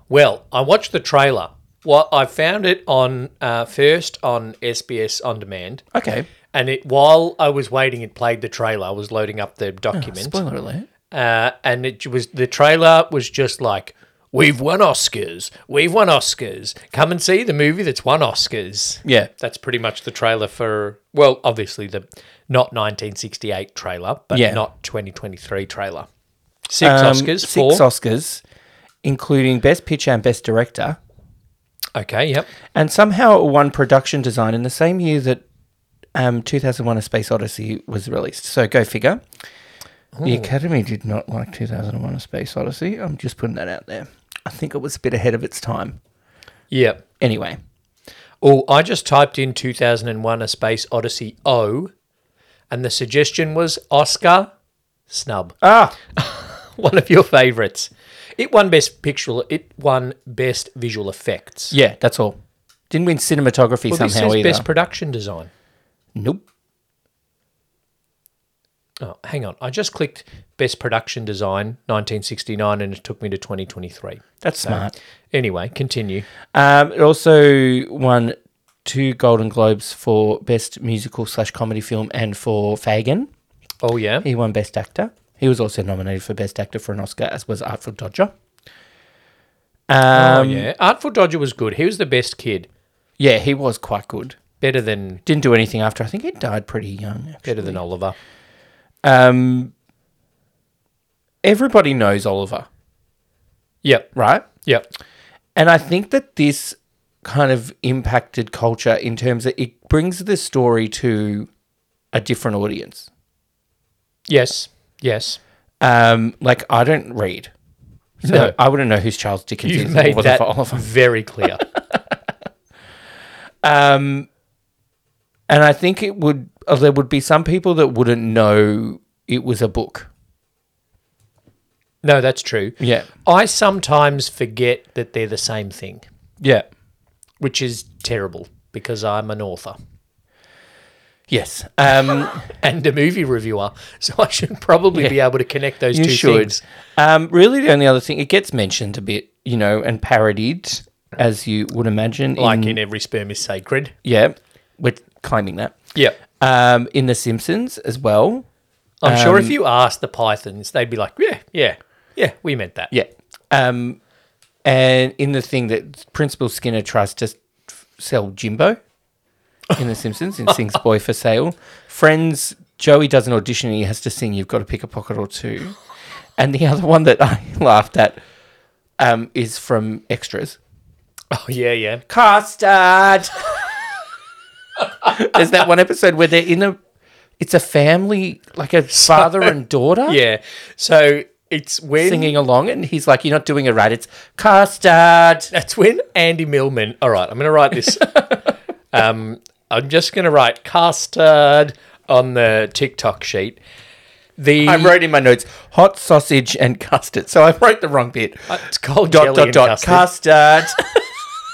Well, I watched the trailer. Well, I found it on uh, first on SBS on demand.
Okay.
And it while I was waiting, it played the trailer. I was loading up
Ah,
the document,
Spoiler alert.
uh, and it was the trailer was just like, "We've won Oscars, we've won Oscars. Come and see the movie that's won Oscars."
Yeah.
That's pretty much the trailer for well, obviously the not 1968 trailer, but
Yeah. Um,
not 2023 trailer. Six Oscars,
six
four.
Oscars, including Best Picture and Best Director.
okay, yep.
And somehow it won production design in the same year that um, 2001 A Space Odyssey was released. So go figure. The Academy did not like 2001: A Space Odyssey. I'm just putting that out there. I think it was a bit ahead of its time.
Yep.
Anyway,
Oh, I just typed in 2001 A Space Odyssey O, and the suggestion was Oscar snub,
ah,
[LAUGHS] one of your favorites. It won best picture. It won best visual effects.
yeah, that's all. Didn't win cinematography
well, this
somehow
says
either.
best production design.
nope.
Oh, hang on. I just clicked best production design 1969, and it took me to 2023.
That's smart.
Anyway, continue.
Um, it also won two Golden Globes for best musical slash comedy film and for Fagin.
Oh yeah.
He won Best Actor. He was also nominated for Best Actor for an Oscar, as was Artful Dodger.
oh
Um, yeah.
yeah. Artful Dodger was good. He was the best kid.
he was quite good.
Better than
Didn't do anything after. I think he died pretty young. Actually.
better than Oliver.
Um, everybody knows Oliver,
Yep.
right?
Yep.
And I think that this kind of impacted culture in terms that it brings the story to a different audience.
Yes.
[LAUGHS]
Yes.
Um, like I don't read, so
No.
I wouldn't know who's Charles Dickens
You
is. if it
made
wasn't
that
for Oliver. [LAUGHS]
very clear.
Um, And I think it would uh, there would be some people that wouldn't know it was a book.
no, that's true.
Yeah.
I sometimes forget that they're the same thing,
Yeah.
which is terrible because I'm an author
Yes.
[LAUGHS]
Um,
and a movie reviewer, so I should probably be able to connect those
you
two
should.
things.
Um, really, the only other thing it gets mentioned a bit, you know, and parodied as you would imagine.
Like in every sperm is sacred.
yeah, we're claiming that.
Yep.
Um, in The Simpsons as well.
I'm sure
Um,
if you asked the Pythons, they'd be like, yeah, yeah, yeah, we meant that.
Yeah. Um, and in the thing that Principal Skinner tries to s- sell Jimbo in The Simpsons and sings Boy for Sale. Friends, Joey does an audition and he has to sing You've Got to Pick a Pocket or Two. And the other one that I [LAUGHS] laughed at um, is from Extras.
[LAUGHS] Oh, yeah, yeah.
Custard! [LAUGHS] There's that one episode where they're in a. It's a family, like a father and daughter
[LAUGHS] Yeah. So it's when.
singing along, and he's like, You're not doing it right. It's custard.
That's when Andy Millman. All right, I'm going to
[LAUGHS]
write this. um, I'm just going to write custard on the TikTok sheet. The
I wrote in my notes hot sausage and custard. So I wrote the wrong bit.
[LAUGHS] it's called
Dot
jelly
dot
and
dot
custard.
custard.
[LAUGHS]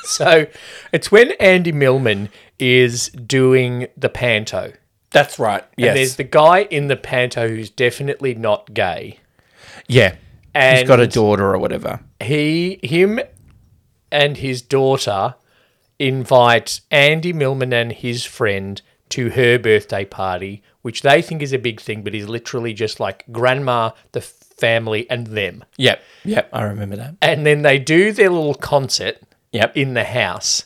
So it's when Andy Millman is doing the panto.
That's right.
And there's
Yes.
the guy in the panto who's definitely not gay.
yeah.
And
He's got a daughter or whatever.
he him and his daughter invite Andy Millman and his friend to her birthday party, which they think is a big thing, but is literally just like grandma, the family, and them.
Yep. Yep. I remember that.
And then they do their little concert
Yep.
in the house.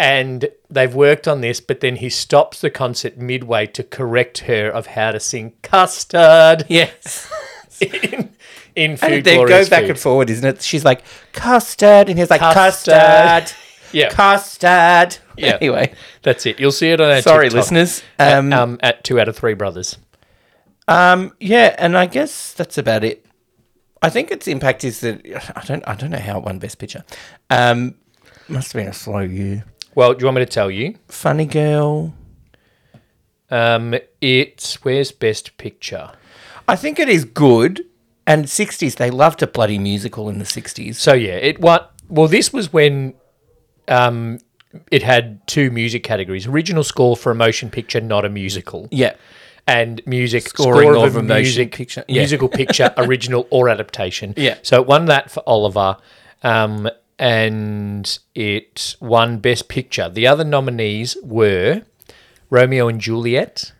And they've worked on this, but then he stops the concert midway to correct her of how to sing custard
Yes.
[LAUGHS] in, in
[LAUGHS] And
food.
they go
Glorious
back
Food.
and forward, isn't it? She's like, custard. And he's like,
Custard.
custard.
[LAUGHS] Yeah.
Custard.
Yeah.
Anyway.
That's it. You'll see it on our
Sorry,
TikTok.
listeners.
um,
Um,
at two out of three brothers.
um, yeah. And I guess that's about it. I think its impact is that [SIGHS] I don't I don't know how it won Best Picture. Um, must have been a slow year.
Well, do you want me to tell you?
Funny Girl.
Um, it's where's best picture.
I think it is good. And 60s, they loved a bloody musical in the 60s.
So yeah, it what? Well, this was when, um, it had two music categories: original score for a motion picture, not a musical,
Yeah.
and music
Scoring
score
of a motion
[LAUGHS]
picture, yeah. [LAUGHS]
musical picture, original or adaptation.
Yeah.
So it won that for Oliver, um, and it won best picture. The other nominees were Romeo and Juliet.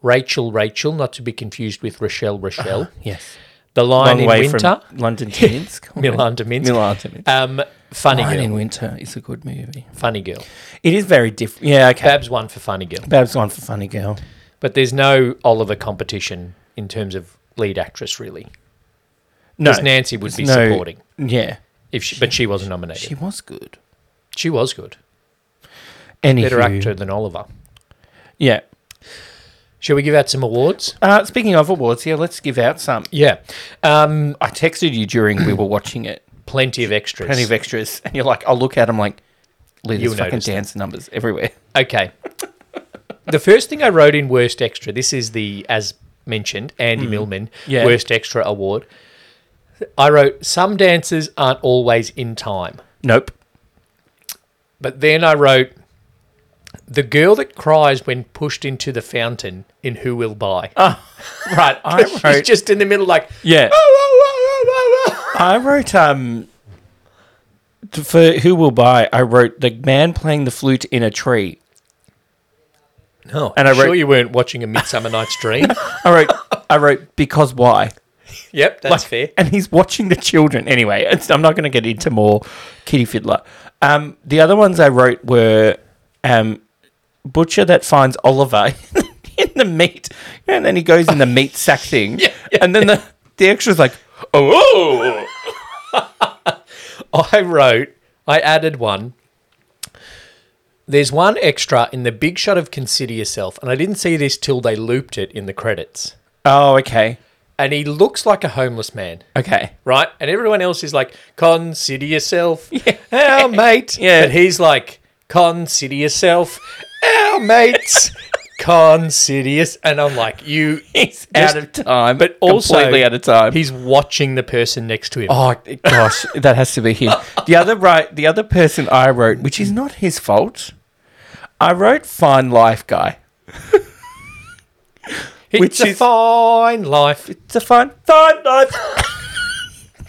Rachel, Rachel, not to be confused with Rochelle, Rochelle.
Yes.
The
Uh-huh.
Lion
Long
in
way
Winter.
from London [LAUGHS] to Minsk.
Milan to Minsk.
Milan to Minsk. Uh,
Um, funny
Lion
girl.
in Winter is a good movie.
funny girl.
It is very different. Yeah, okay.
Babs won for funny girl,
Babs one for Funny Girl.
but there's no Oliver competition in terms of lead actress really,
No.
because Nancy would be
no-
supporting
Yeah.
if she, but she wasn't nominated.
She
She,
was good.
was good,
Anywho,
better actor than Oliver.
Yeah.
Shall we give out some awards?
Uh, speaking of awards, yeah, let's give out some.
Yeah. Um,
I texted you during we were watching it,
plenty of extras.
plenty of extras, and you're like, I'll look at them like, Lee,
You'll
there's fucking
notice that.
dance numbers everywhere.
Okay. the first thing I wrote in Worst Extra, this is the, as mentioned, Andy Millman
Mm. Yeah.
Worst Extra Award. I wrote, Some dancers aren't always in time.
Nope.
But then I wrote, The girl that cries when pushed into the fountain in Who Will Buy. [LAUGHS]
Right, Ah. I
She's
wrote.
just in the middle, like,
yeah. I wrote um t- for who will buy. I wrote the man playing the flute in a tree.
No,
And
and
I
I'm sure
wrote-
you weren't watching A Midsummer Night's Dream.
[LAUGHS] I wrote I wrote because why?
yep, that's
Like,
[LAUGHS] fair.
And he's watching the children anyway. It's, I'm not going to get into more Kitty Fiddler. Um, the other ones I wrote were um, butcher that finds Oliver [LAUGHS] in the meat, and then he goes in the meat sack
[LAUGHS]
thing, and then the the extras like, oh,
[LAUGHS] I wrote, I added one. There's one extra in the big shot of Consider Yourself, and I didn't see this till they looped it in the credits.
oh, okay,
And he looks like a homeless man,
okay,
right? And everyone else is like,
[LAUGHS]
Consider Yourself, our mate.
Yeah.
And he's like, Consider Yourself,
[LAUGHS]
our mate. Consider yours-" And I'm like, you.
he's out
Just-
of time,
But also,
completely out of time.
He's watching the person next to him.
Oh gosh, that has to be him. The other right, the other person I wrote, which is not his fault. I wrote "Fine Life" guy.
it's
which
a
is-
fine life.
It's a fine, fine life. [LAUGHS]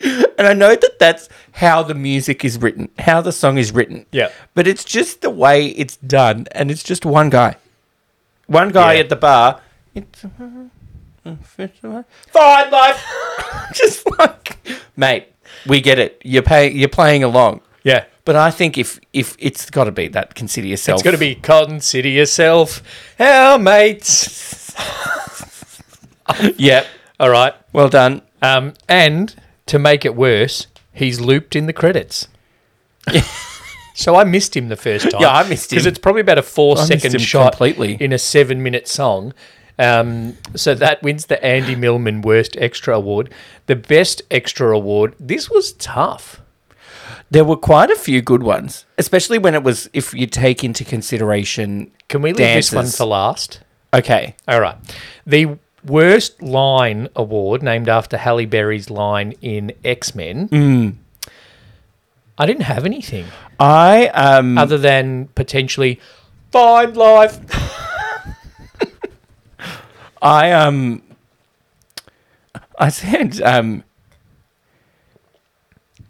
and I know that that's how the music is written, how the song is written.
Yeah.
but it's just the way it's done, and it's just one guy, one guy
Yeah.
at the bar. It's a fine life. [LAUGHS] just like, mate, we get it. You're paying. You're playing along.
[LAUGHS] Yeah.
But I think if if it's got to be that, consider yourself.
It's going to be consider yourself our mates.
[LAUGHS] Yep.
All right.
Well done.
Um, and to make it worse, he's looped in
[LAUGHS]
the credits. so I missed him the first time.
Yeah, I missed
Because
him.
it's probably about a
missed
four-second
him
shot
completely.
in a seven minute song. Um, so that wins the Andy Millman Worst Extra Award. The Best Extra Award. This was tough.
There were quite a few good ones, especially when it was if you take into consideration.
Can we leave this one
Dances.
for last?
Okay.
All right. The worst line award, named after Halle Berry's line in X Men.
Hmm.
I didn't have anything
I um
other than potentially find life.
I um I said um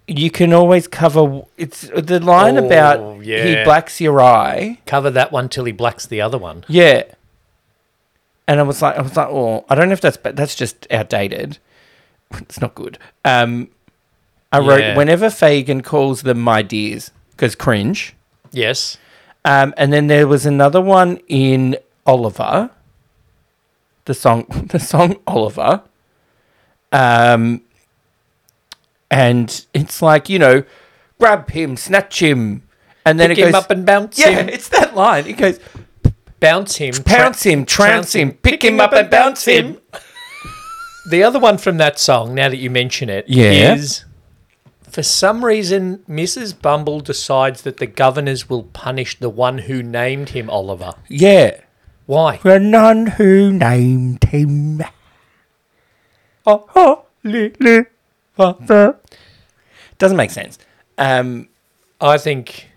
you can always cover it's the line
Oh,
about he
yeah.
blacks your eye.
Cover that one till he blacks the other one.
Yeah. And I was like, I was like, well, I don't know if that's, but that's just outdated. [LAUGHS] It's not good. Um, I
Yeah.
wrote, whenever Fagin calls them my dears, because cringe.
Yes.
Um, and then there was another one in Oliver, the song, [LAUGHS] the song Oliver. Um, and it's like, you know, grab him, snatch him. And then it
Pick him
goes,
up and
[LAUGHS]
bounce
yeah,
him.
it's that line. It goes,
Bounce him.
pounce him, trounce him, pick him up and bounce him.
The other one from that song, now that you mention it, is
Yeah.
for some reason, Mrs. Bumble decides that the governors will punish the one who named him Oliver.
Yeah.
Why?
The none who named him. Oh, holy father. Doesn't make sense. Um,
I think,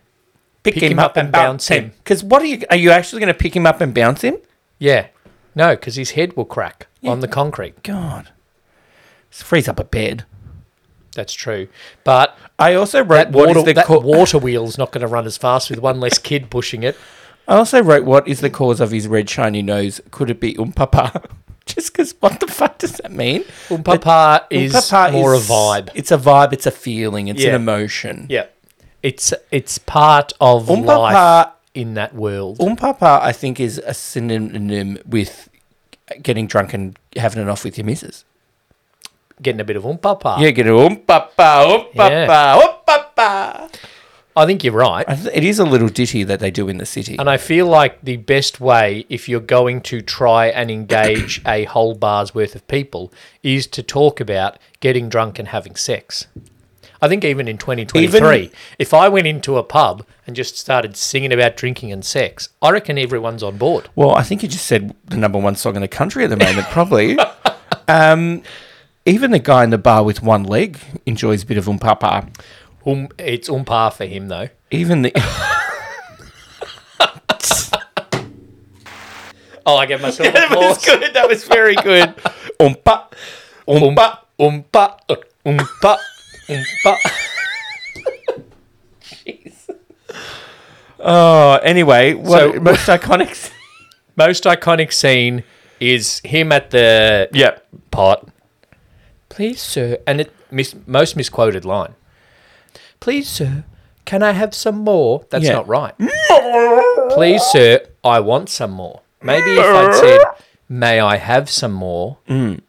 pick, him, up, and bounce him. Because what are you? Are you actually going to pick him up and bounce him?
yeah. No, because his head will crack on the concrete.
God, Just freeze up a bed.
That's true. But
I also wrote
that,
what is
water,
the
that
co-
water wheel's not going to run as fast with one less kid
[LAUGHS]
pushing it.
I also wrote what is the cause of his red shiny nose? Could it be umpapa? [LAUGHS] Just because what the fuck does that mean?
Umpapa is
Umpapa
more
is-
a vibe.
It's a vibe. It's a feeling. It's
Yeah.
an emotion.
Yeah. It's it's part of
Oompa
life
Pa-
in that world.
Umpapa, I think, is a synonym with getting drunk and having it off with your missus.
Getting a bit of oompapa.
Yeah, get a umpapa, umpapa,
Yeah.
umpapa.
I think you're right.
I th- It is a little ditty that they do in the city.
And I feel like the best way, if you're going to try and [COUGHS] engage a whole bar's worth of people, is to talk about getting drunk and having sex. I think even in 2023,
Even-
if I went into a pub and just started singing about drinking and sex, I reckon everyone's on board.
Well, I think you just said the number one song in the country at the
[LAUGHS]
moment, probably. um, even the guy in the bar with one leg enjoys a bit of umpapa.
Um, it's umpar for him, though.
Even
[LAUGHS]
the
Oh, I get [LAUGHS] myself a
that was
applause.
good. That was very good. Umpa,
Umpa,
umpa.
umpa, uh, umpa, umpa.
Oh, anyway, what
So-
most iconic.
[LAUGHS]
s-
Most iconic scene is him at the
yeah,
pot. Please, sir. And it mis- most misquoted line. Please, sir. Can I have some more? That's
Yeah.
not right.
[LAUGHS]
Please, sir. I want some more. Maybe
[LAUGHS]
if I'd said, "May I have some more?"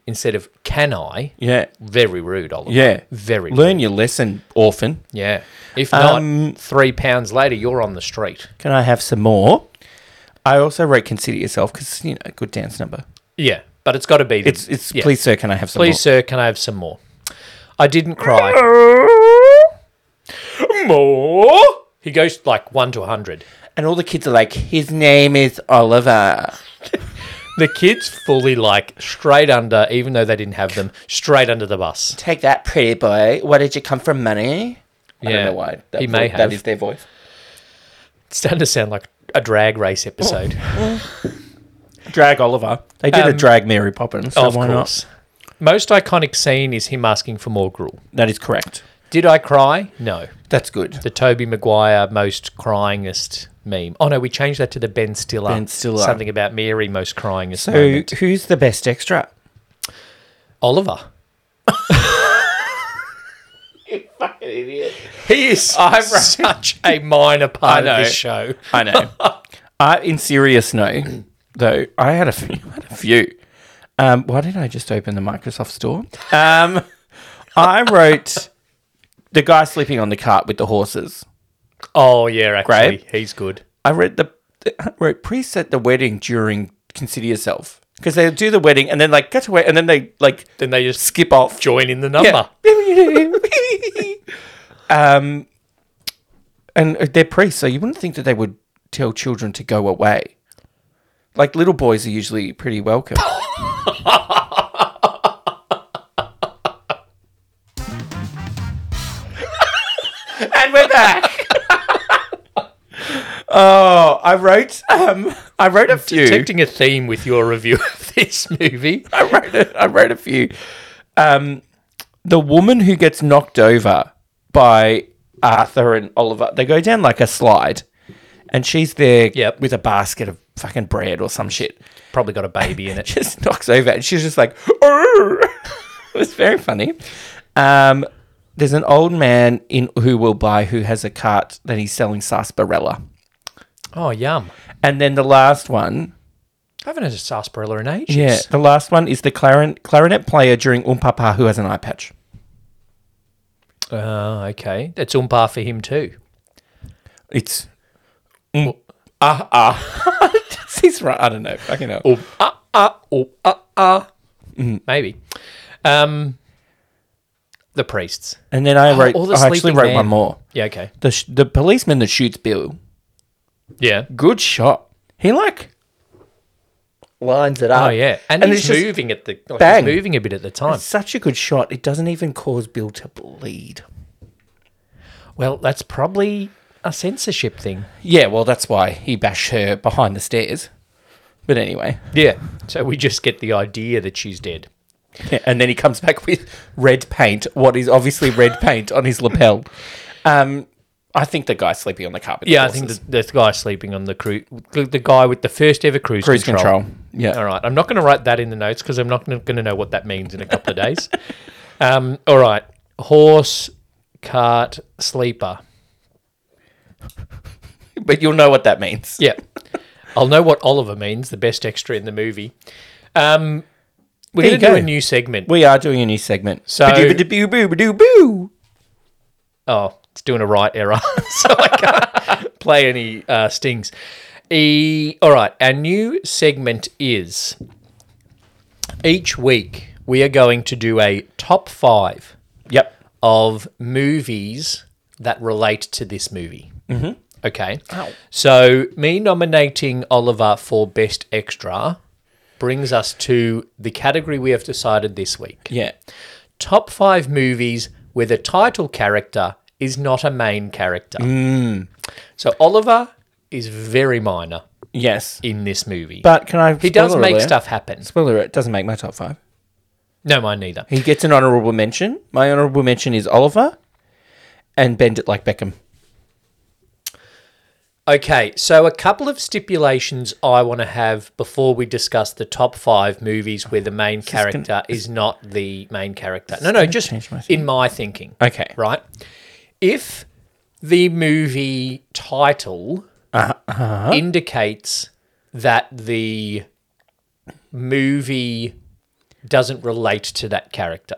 instead of "Can I?"
yeah,
Very rude, Oliver.
Mm. yeah.
Very.
Learn your lesson, orphan.
rude. Yeah. If not,
Um,
three pounds later, you're on the street.
Can I have some more? I also wrote "Consider Yourself" because you know, good dance number.
Yeah, but it's got to be. the-
It's it's
yeah.
please sir, can I have some
Please,
more?
sir, can I have some more? I didn't
[LAUGHS]
cry. more? He goes like one to a hundred.
And all the kids are like, his name is Oliver.
The kids fully like straight under, even though they didn't have them, straight under the bus.
Take that, pretty boy. Where did you come from, money? I
Yeah.
don't know why. That,
He may have.
That is their voice.
It's starting to sound like a drag race episode.
Oh. Drag Oliver. They did a
Um,
drag Mary Poppins. So
of
why
course. Most iconic scene is him asking for more gruel.
not? That is correct.
Did I cry? No.
That's good.
The Toby Maguire most cryingest meme. Oh no, we changed that to the Ben Stiller.
Ben Stiller.
Something about Mary most cryingest
So
moment.
who's the best extra?
Oliver.
Fucking idiot.
He is
[LAUGHS] I'm right.
such a minor part
I
of this
know.
show.
I [LAUGHS] know. I, Uh, in serious note, though, I had a few. [LAUGHS] I had a few. Um, why did I just open the Microsoft Store? Um, I wrote the guy sleeping on the cart with the horses.
Oh yeah, actually,
Great.
he's good.
I read the I wrote preset the wedding during consider yourself because they do the wedding and then like get away and then they like
Then they just
skip off.
join in the
Yeah.
number.
um, and uh, they're priests, so you wouldn't think that they would tell children to go away. Like little boys are usually pretty welcome. and we're back. oh, I wrote. Um, I wrote a few.
Detecting a theme with your review of [LAUGHS] this movie.
[LAUGHS] I wrote a, I wrote a few. Um, the woman who gets knocked over by Arthur and Oliver, they go down like a slide, and she's there
Yep.
with a basket of fucking bread or some shit. [LAUGHS]
Probably got a baby in it.
Just knocks over, and she's just like, "Arr!" [LAUGHS] it was very funny. Um, there's an old man in who will buy who has a cart that he's selling sarsaparilla,
Oh yum!
and then the last one
I haven't had a sarsaparilla in ages.
Yeah, the last one is the clarin- clarinet player during Umpapa who has an eye patch.
Oh, okay. That's umpa for him too.
It's mm, ah ah. [LAUGHS] He's right. I don't know. Fucking hell.
Um, ah ah um, ah ah. Maybe. Um, the priests.
And then I wrote.
Ah, all the
I actually
sleeping
wrote
man.
one more.
Yeah. Okay.
The sh- the policeman that shoots Bill.
Yeah.
Good shot. He like lines it up.
Oh yeah. And,
And
he's
it's just
moving at the like,
bang.
he's moving a bit at the time.
Such a good shot. It doesn't even cause Bill to bleed.
Well, that's probably a censorship thing.
Yeah. Well, that's why he bashed her behind the stairs. But anyway. [LAUGHS]
Yeah. So we just get the idea that she's dead.
Yeah, and then he comes back with red paint, what is obviously red paint on his lapel. Um, I think the guy sleeping on the carpet.
Yeah, I think the, the guy sleeping on the cruise, the guy with the first ever cruise,
cruise control.
All
Yeah.
right, I'm not going to write that in the notes because I'm not going to know what that means in a couple of days. Um, all right, horse, cart, sleeper.
But you'll know what that means.
Yeah, I'll know what Oliver means, the best extra in the movie. Um, we're
There you
going to do
go.
a new segment.
We are doing a new segment.
So-
Ba-doo-ba-doo-boo-boo-doo-boo.
oh, it's doing a right error, [LAUGHS] so I can't play any uh, stings. E- all right, our new segment is each week we are going to do a top five
Yep.
of movies that relate to this movie. Mm-hmm. Okay. So, me nominating Oliver for Best Extra brings us to the category we have decided this week
Yeah.
top five movies where the title character is not a main character. So, Oliver is very minor
Yes.
in this movie.
But can I?
he does make stuff happen.
Spoiler: It doesn't make my top five.
No, mine neither.
He gets an honourable mention. My honourable mention is Oliver, and Bend It Like Beckham.
Okay, so a couple of stipulations I want to have before we discuss the top five movies where the main character is not the main character. No, no, just
change my
in my thinking.
Okay.
Right? If the movie title
Uh-huh.
indicates that the movie doesn't relate to that character.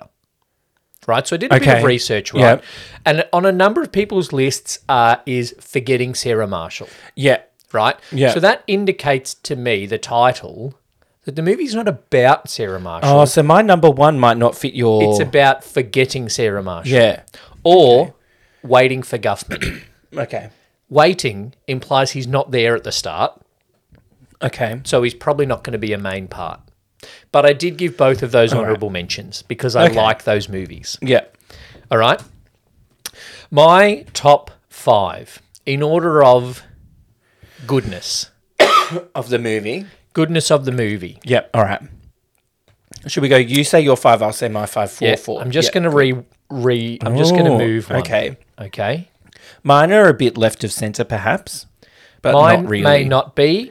Right? So I did a bit of
Okay.
research, right?
Yep.
And on a number of people's lists uh, is Forgetting Sarah Marshall
Yeah.
right?
Yeah.
So that indicates to me the title that the movie's not about Sarah Marshall.
Oh, so my number one might not fit your.
It's about forgetting Sarah Marshall
Oh. yeah.
or waiting for Guffman.
Okay.
waiting implies he's not there at the start,
Okay.
so he's probably not going to be a main part. But I did give both of those honorable mentions because I
Okay.
like those movies.
Yeah.
All right. My top five in order of goodness.
Of the movie.
Goodness of the movie.
Yep. All right. Should we go? You say your five. I'll say my five. Four.
Yeah,
four.
I'm just
Yep.
gonna re re. I'm just gonna
Oh,
move. One.
okay.
Okay.
Mine are a bit left of centre, perhaps, but
Mine
not really.
may not be.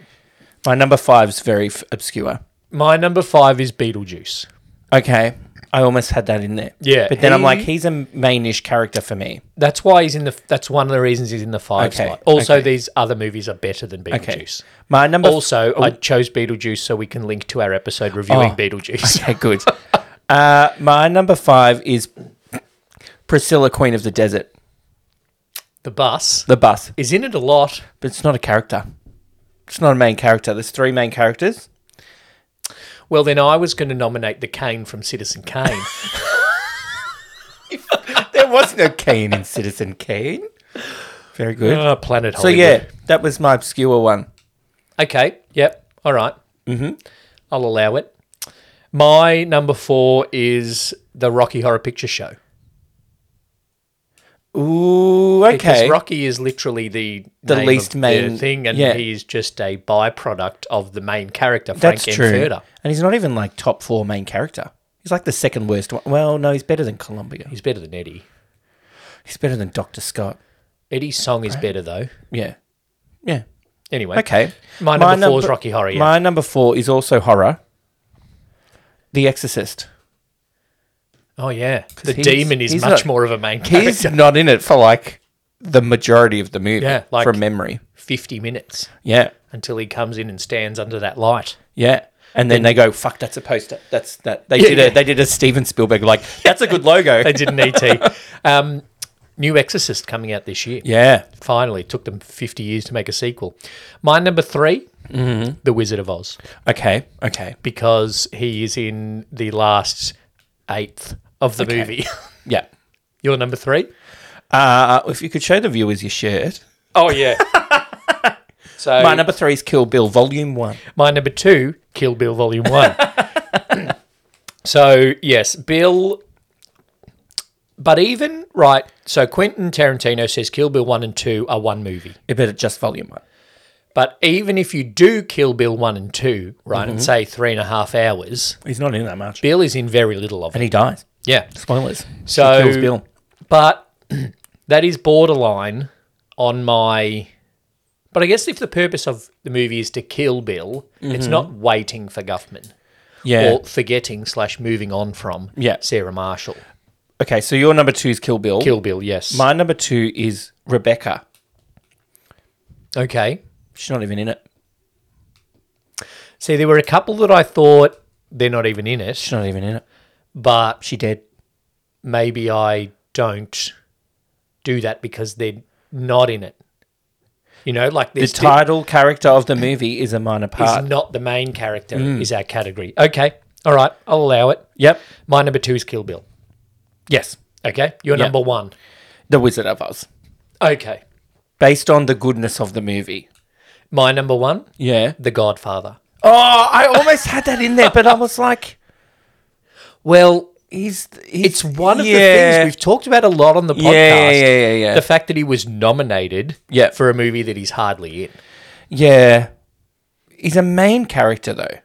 My number five's very f- obscure.
My number five is Beetlejuice.
Okay. I almost had that in there.
Yeah,
But then I'm
he-
like, he's a mainish character for me.
That's why he's in the. That's one of the reasons he's in the five
Okay,
slot. Also,
okay.
these other movies are better than
Okay.
Beetlejuice.
My number. [LAUGHS]
Also, I chose Beetlejuice so we can link to our episode reviewing
Oh, [LAUGHS]
Beetlejuice.
okay, good. uh, my number five is Priscilla, Queen of the Desert,
The bus
the bus.
is in it a lot.
But it's not a character. It's not a main character. There's three main characters.
Well, then I was going to nominate the Kane from Citizen
[LAUGHS]
Kane.
There was no Kane in Citizen Kane. Very good.
oh, Planet
so,
Hollywood.
yeah, that was my obscure one.
Okay. Yep. All Mm-hmm. I'll allow it. My number four is the Rocky Horror Picture Show.
Ooh,
Because
okay.
Rocky is literally the
The
name
least
of
main-
thing, and
yeah.
he is just a byproduct of the main character, Frank
That's
M.
true.
Furter.
And he's not even like top four main character. He's like the second worst one. Well, no, he's better than Columbia.
He's better than Eddie.
He's better than Doctor Scott.
Eddie's song is better though.
Yeah, yeah.
Anyway,
Okay.
My number four is Rocky Horror, yeah.
My number four is also horror. The Exorcist.
Oh yeah, the
he's-
demon is
he's
much
not-
more of a main
He's
character. [LAUGHS]
not in it for like the majority of the movie.
Yeah, like-
from memory.
Fifty minutes
Yeah,
until he comes in and stands under that light.
yeah. And then they go, "Fuck, that's a poster. That's that." They did
yeah.
a they did a Steven Spielberg like, "That's a good logo."
[LAUGHS] They didn't need
[LAUGHS]
to. Um, New Exorcist coming out this year.
yeah.
Finally, it took them 50 years to make a sequel. My number 3
Mm-hmm.
The Wizard of Oz,
Okay. Okay.
because he is in the last eighth of the movie. [LAUGHS]
Yeah.
Your number three?
Uh, if you could show the viewers your shirt.
Oh, [LAUGHS] yeah. so,
My number three is Kill Bill, Volume One.
My number two, Kill Bill Volume [LAUGHS] One. [CLEARS THROAT] so yes, Bill. But even right, so Quentin Tarantino says Kill Bill One and Two are one movie.
It better just Volume One.
But even if you do Kill Bill One and Two, right, and say three and a half hours,
He's not in that much,
Bill is in very little of it.
and he dies.
Yeah.
Spoilers.
So-
he kills Bill.
But [CLEARS THROAT] that is borderline on my. But I guess if the purpose of the movie is to kill Bill, it's not waiting for Guffman.
Mm-hmm. Yeah.
or forgetting slash moving on from
Yeah.
Sarah Marshall.
okay, so your number two is Kill Bill.
Kill Bill, yes.
My number two is Rebecca.
okay.
She's not even in it.
See, there were a couple that I thought they're not even in it,
She's not even in it.
but
She dead.
maybe I don't do that because they're not in it. You know, like
The
this
title character of the movie is a minor
is
part. Mm.
not the main character. Is our category okay? All right, I'll allow it.
yep.
My number two is Kill Bill.
Yes.
Okay, you're
Yeah.
number one.
The Wizard of Oz.
Okay,
Based on the goodness of the movie.
my number one,
Yeah.
The Godfather.
Oh, I almost had that in there, but I was like,
Well,
he's.
it's one of the
Yeah.
things we've talked about a lot on the podcast.
Yeah, yeah, yeah, yeah.
The fact that he was nominated
Yeah.
for a movie that he's hardly in.
Yeah. He's a main character, though.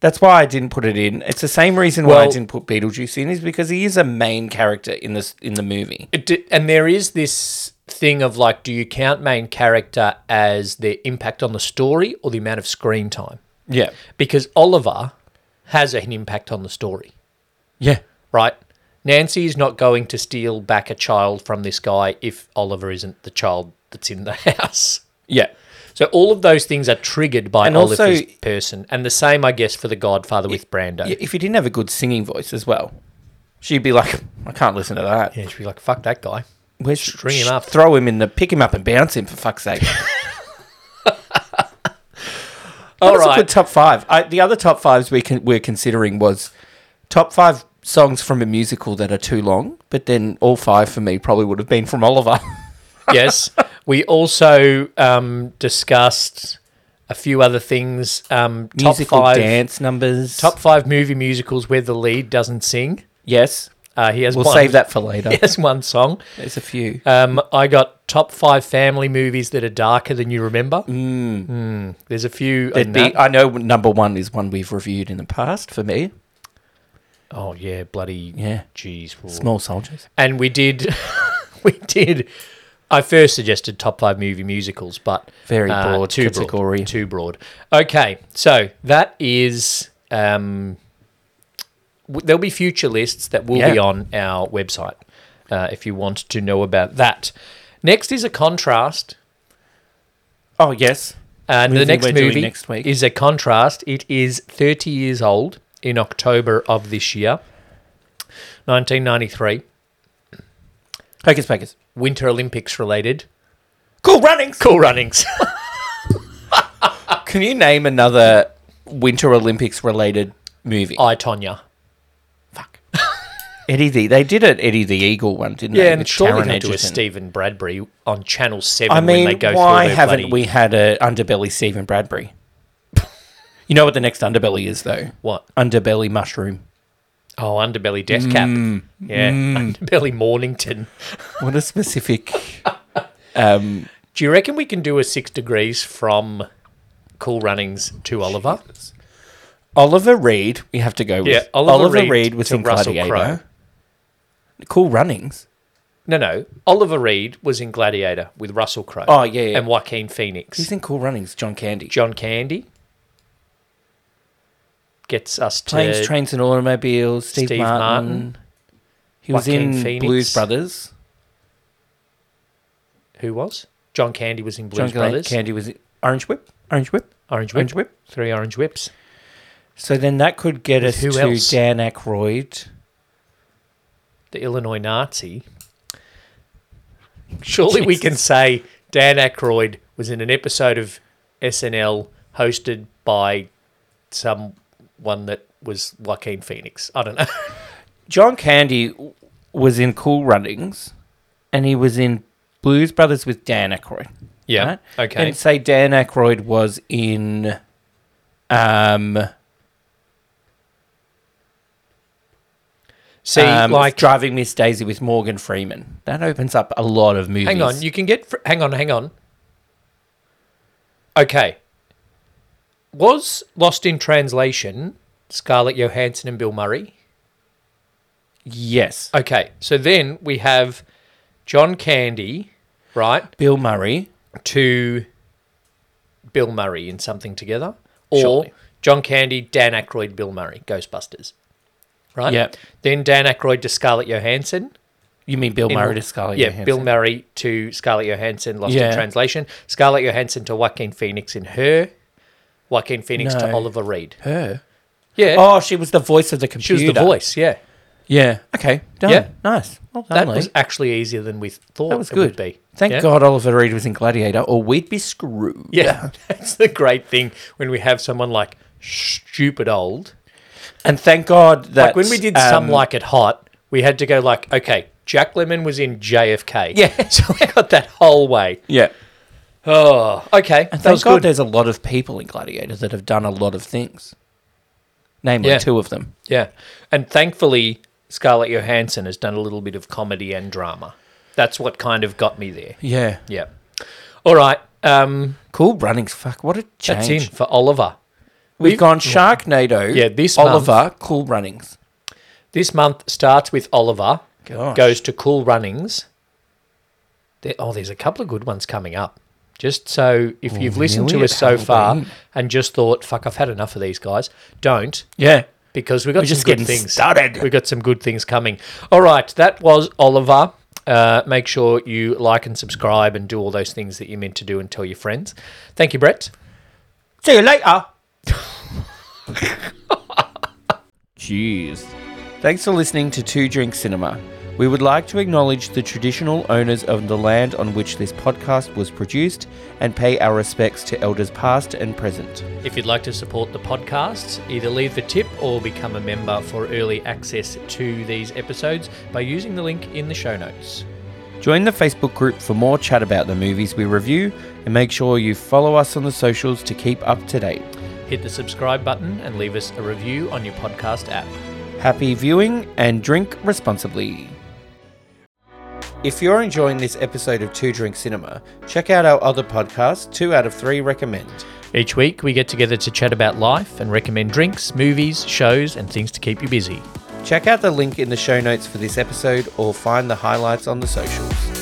That's why I didn't put it in. It's the same reason why I
Well-
didn't put Beetlejuice in, is because he is a main character in this in the movie.
It d- and there is this thing of like, do you count main character as their impact on the story or the amount of screen time?
Yeah.
Because Oliver has an impact on the story,
Yeah.
right? Nancy is not going to steal back a child from this guy if Oliver isn't the child that's in the [LAUGHS] house.
Yeah.
So all of those things are triggered by
And
Oliver's
also-
person, and the same, I guess, for the Godfather with Brando.
Yeah, If he didn't have a good singing voice as well, she'd be like, I can't listen to that.
Yeah, she'd be like, "Fuck that guy." [LAUGHS]
Where's,
String him
sh-
up.
Throw him in the. Pick him up and bounce him, for fuck's [LAUGHS] sake.
All
That was
right,
a good top five. I, the other top fives we can, we're considering was top five songs from a musical that are too long, but then all five for me probably would have been from Oliver. [LAUGHS]
yes. We also um, discussed a few other things. Um, top
Musical
five,
dance numbers.
top five movie musicals where the lead doesn't sing.
Yes.
Uh, he has
We'll
one,
save that for later.
[LAUGHS] He has one song.
[LAUGHS] There's a few.
Um, I got top five family movies that are darker than you remember. Mm. There's a few.
The-
in
the-
that.
I know number one is one we've reviewed in the past for me.
oh yeah, bloody
Yeah.
Jeez. well.
Small Soldiers.
and we did [LAUGHS] we did I first suggested top five movie musicals, but uh,
Very Uh, broad
too
category.
broad, too broad. Okay, so that is um, w- there'll be future lists that will be
Yeah.
on our website uh, if you want to know about that. Next is a contrast.
Oh, yes.
And
Movie
Uh, the next
we're doing
movie
next week.
is a contrast. It is 30 years old in October of this year, 1993.
Hocus Pocus.
Winter Olympics related.
Cool runnings.
Cool runnings.
Can you name another Winter Olympics related movie?
[LAUGHS] I Tonya. Fuck.
Oh, Eddie the they did it Eddie the Eagle one, didn't they?
Yeah, and
with
surely
Taron
they do a
Egerton.
Stephen Bradbury on Channel Seven
I
when they
mean,
go
why
through their
haven't
bloody-
we had a underbelly Stephen Bradbury? [LAUGHS] you know what the next underbelly is though?
what?
Underbelly mushroom.
Oh, Underbelly Death
Mm,
Cap. Yeah, Underbelly Mornington.
What a specific um
Do you reckon we can do a six degrees from Cool Runnings to Oliver?
Oliver Reed, we have to go with
Yeah, Oliver Reed
was
to
in
Russell
Gladiator.
Crowe.
Cool runnings.
No, no. Oliver Reed was in Gladiator with Russell Crowe.
Oh, yeah, yeah.
and Joaquin Phoenix.
He's in Cool Runnings, John Candy.
John Candy gets us to
Planes, Trains and Automobiles, Steve,
Steve
Martin.
Martin,
He was
Joaquin
in
Phoenix.
Blues Brothers.
who was John Candy was in
John
Blues
Ca-
Brothers.
Candy was in Orange Whip. Orange Whip.
Orange Whip.
Orange Whip.
Three orange whips.
So then that could get
With
us
who
to
else?
Dan Aykroyd.
the
[LAUGHS]
Illinois Nazi, surely we can say Dan Aykroyd was in an episode of SNL hosted by someone that was Joaquin Phoenix. I don't know. [LAUGHS]
John Candy w- was in Cool Runnings, and he was in Blues Brothers with Dan Aykroyd.
Yeah.
right?
Okay.
And say Dan Aykroyd was in, um,
See,
um,
like,
driving Miss Daisy with Morgan Freeman. That opens up a lot of movies.
hang on, you can get. Fr- hang on, hang on. Okay. Was Lost in Translation Scarlett Johansson and Bill Murray?
yes,
Okay, so then we have John Candy, right?
Bill Murray.
to Bill Murray in something together, or
Surely.
John Candy, Dan Aykroyd, Bill Murray, Ghostbusters, right?
Yep.
Then Dan Aykroyd to Scarlett Johansson.
You mean Bill
in-
Murray to Scarlett?
Yeah,
Johansson.
Bill Murray to Scarlett Johansson, Lost in
Yeah.
Translation. Scarlett Johansson to Joaquin Phoenix in her. Joaquin Phoenix to
No.
Oliver Reed.
Her.
Yeah,
Oh, she was the voice of the
she
computer.
was the voice. Yeah,
Yeah. Okay. Done.
Yeah.
Nice. Well done,
That
Lee.
was actually easier than we thought
That was
it
good.
would be.
Thank
Yeah?
God Oliver Reed was in Gladiator, or we'd be screwed.
Yeah, [LAUGHS] that's the great thing when we have someone like stupid old.
And thank God that
like when we did
um,
some like it hot, we had to go like, okay, Jack Lemon was in JFK.
Yeah.
[LAUGHS] so we got that whole way.
yeah.
Oh, okay,
And
that
thank
was
God
good.
there's a lot of people in Gladiator that have done a lot of things. Namely,
Yeah.
two of them.
Yeah, and thankfully Scarlett Johansson has done a little bit of comedy and drama. That's what kind of got me there.
Yeah.
Yeah. All right. Um,
Cool runnings. Fuck. What a
that's in
change.
for Oliver.
We've
We've-
gone Sharknado.
Yeah, this
Oliver. Cool runnings.
This month starts with Oliver.
Gosh.
Goes to Cool Runnings. There, oh, there's a couple of good ones coming up. Just so if you've listened
Oh, really?
to us so
Can't
far
wait.
and just thought, "Fuck, I've had enough of these guys," don't
Yeah.
because we've got
We're
some
just
good
getting
things.
started.
We've got some good things coming. All right, that was Oliver. Uh, make sure you like and subscribe and do all those things that you're meant to do and tell your friends. Thank you, Brett.
See you later. Cheers. Thanks for listening to Two Drink Cinema. We would like to acknowledge the traditional owners of the land on which this podcast was produced and pay our respects to elders past and present.
If you'd like to support the podcast, either leave a tip or become a member for early access to these episodes by using the link in the show notes.
Join the Facebook group for more chat about the movies we review and make sure you follow us on the socials to keep up to date.
Hit the subscribe button and leave us a review on your podcast app.
Happy viewing and drink responsibly. If you're enjoying this episode of Two Drink Cinema, check out our other podcast, Two Out of Three Recommend.
Each week, we get together to chat about life and recommend drinks, movies, shows, and things to keep you busy.
Check out the link in the show notes for this episode or find the highlights on the socials.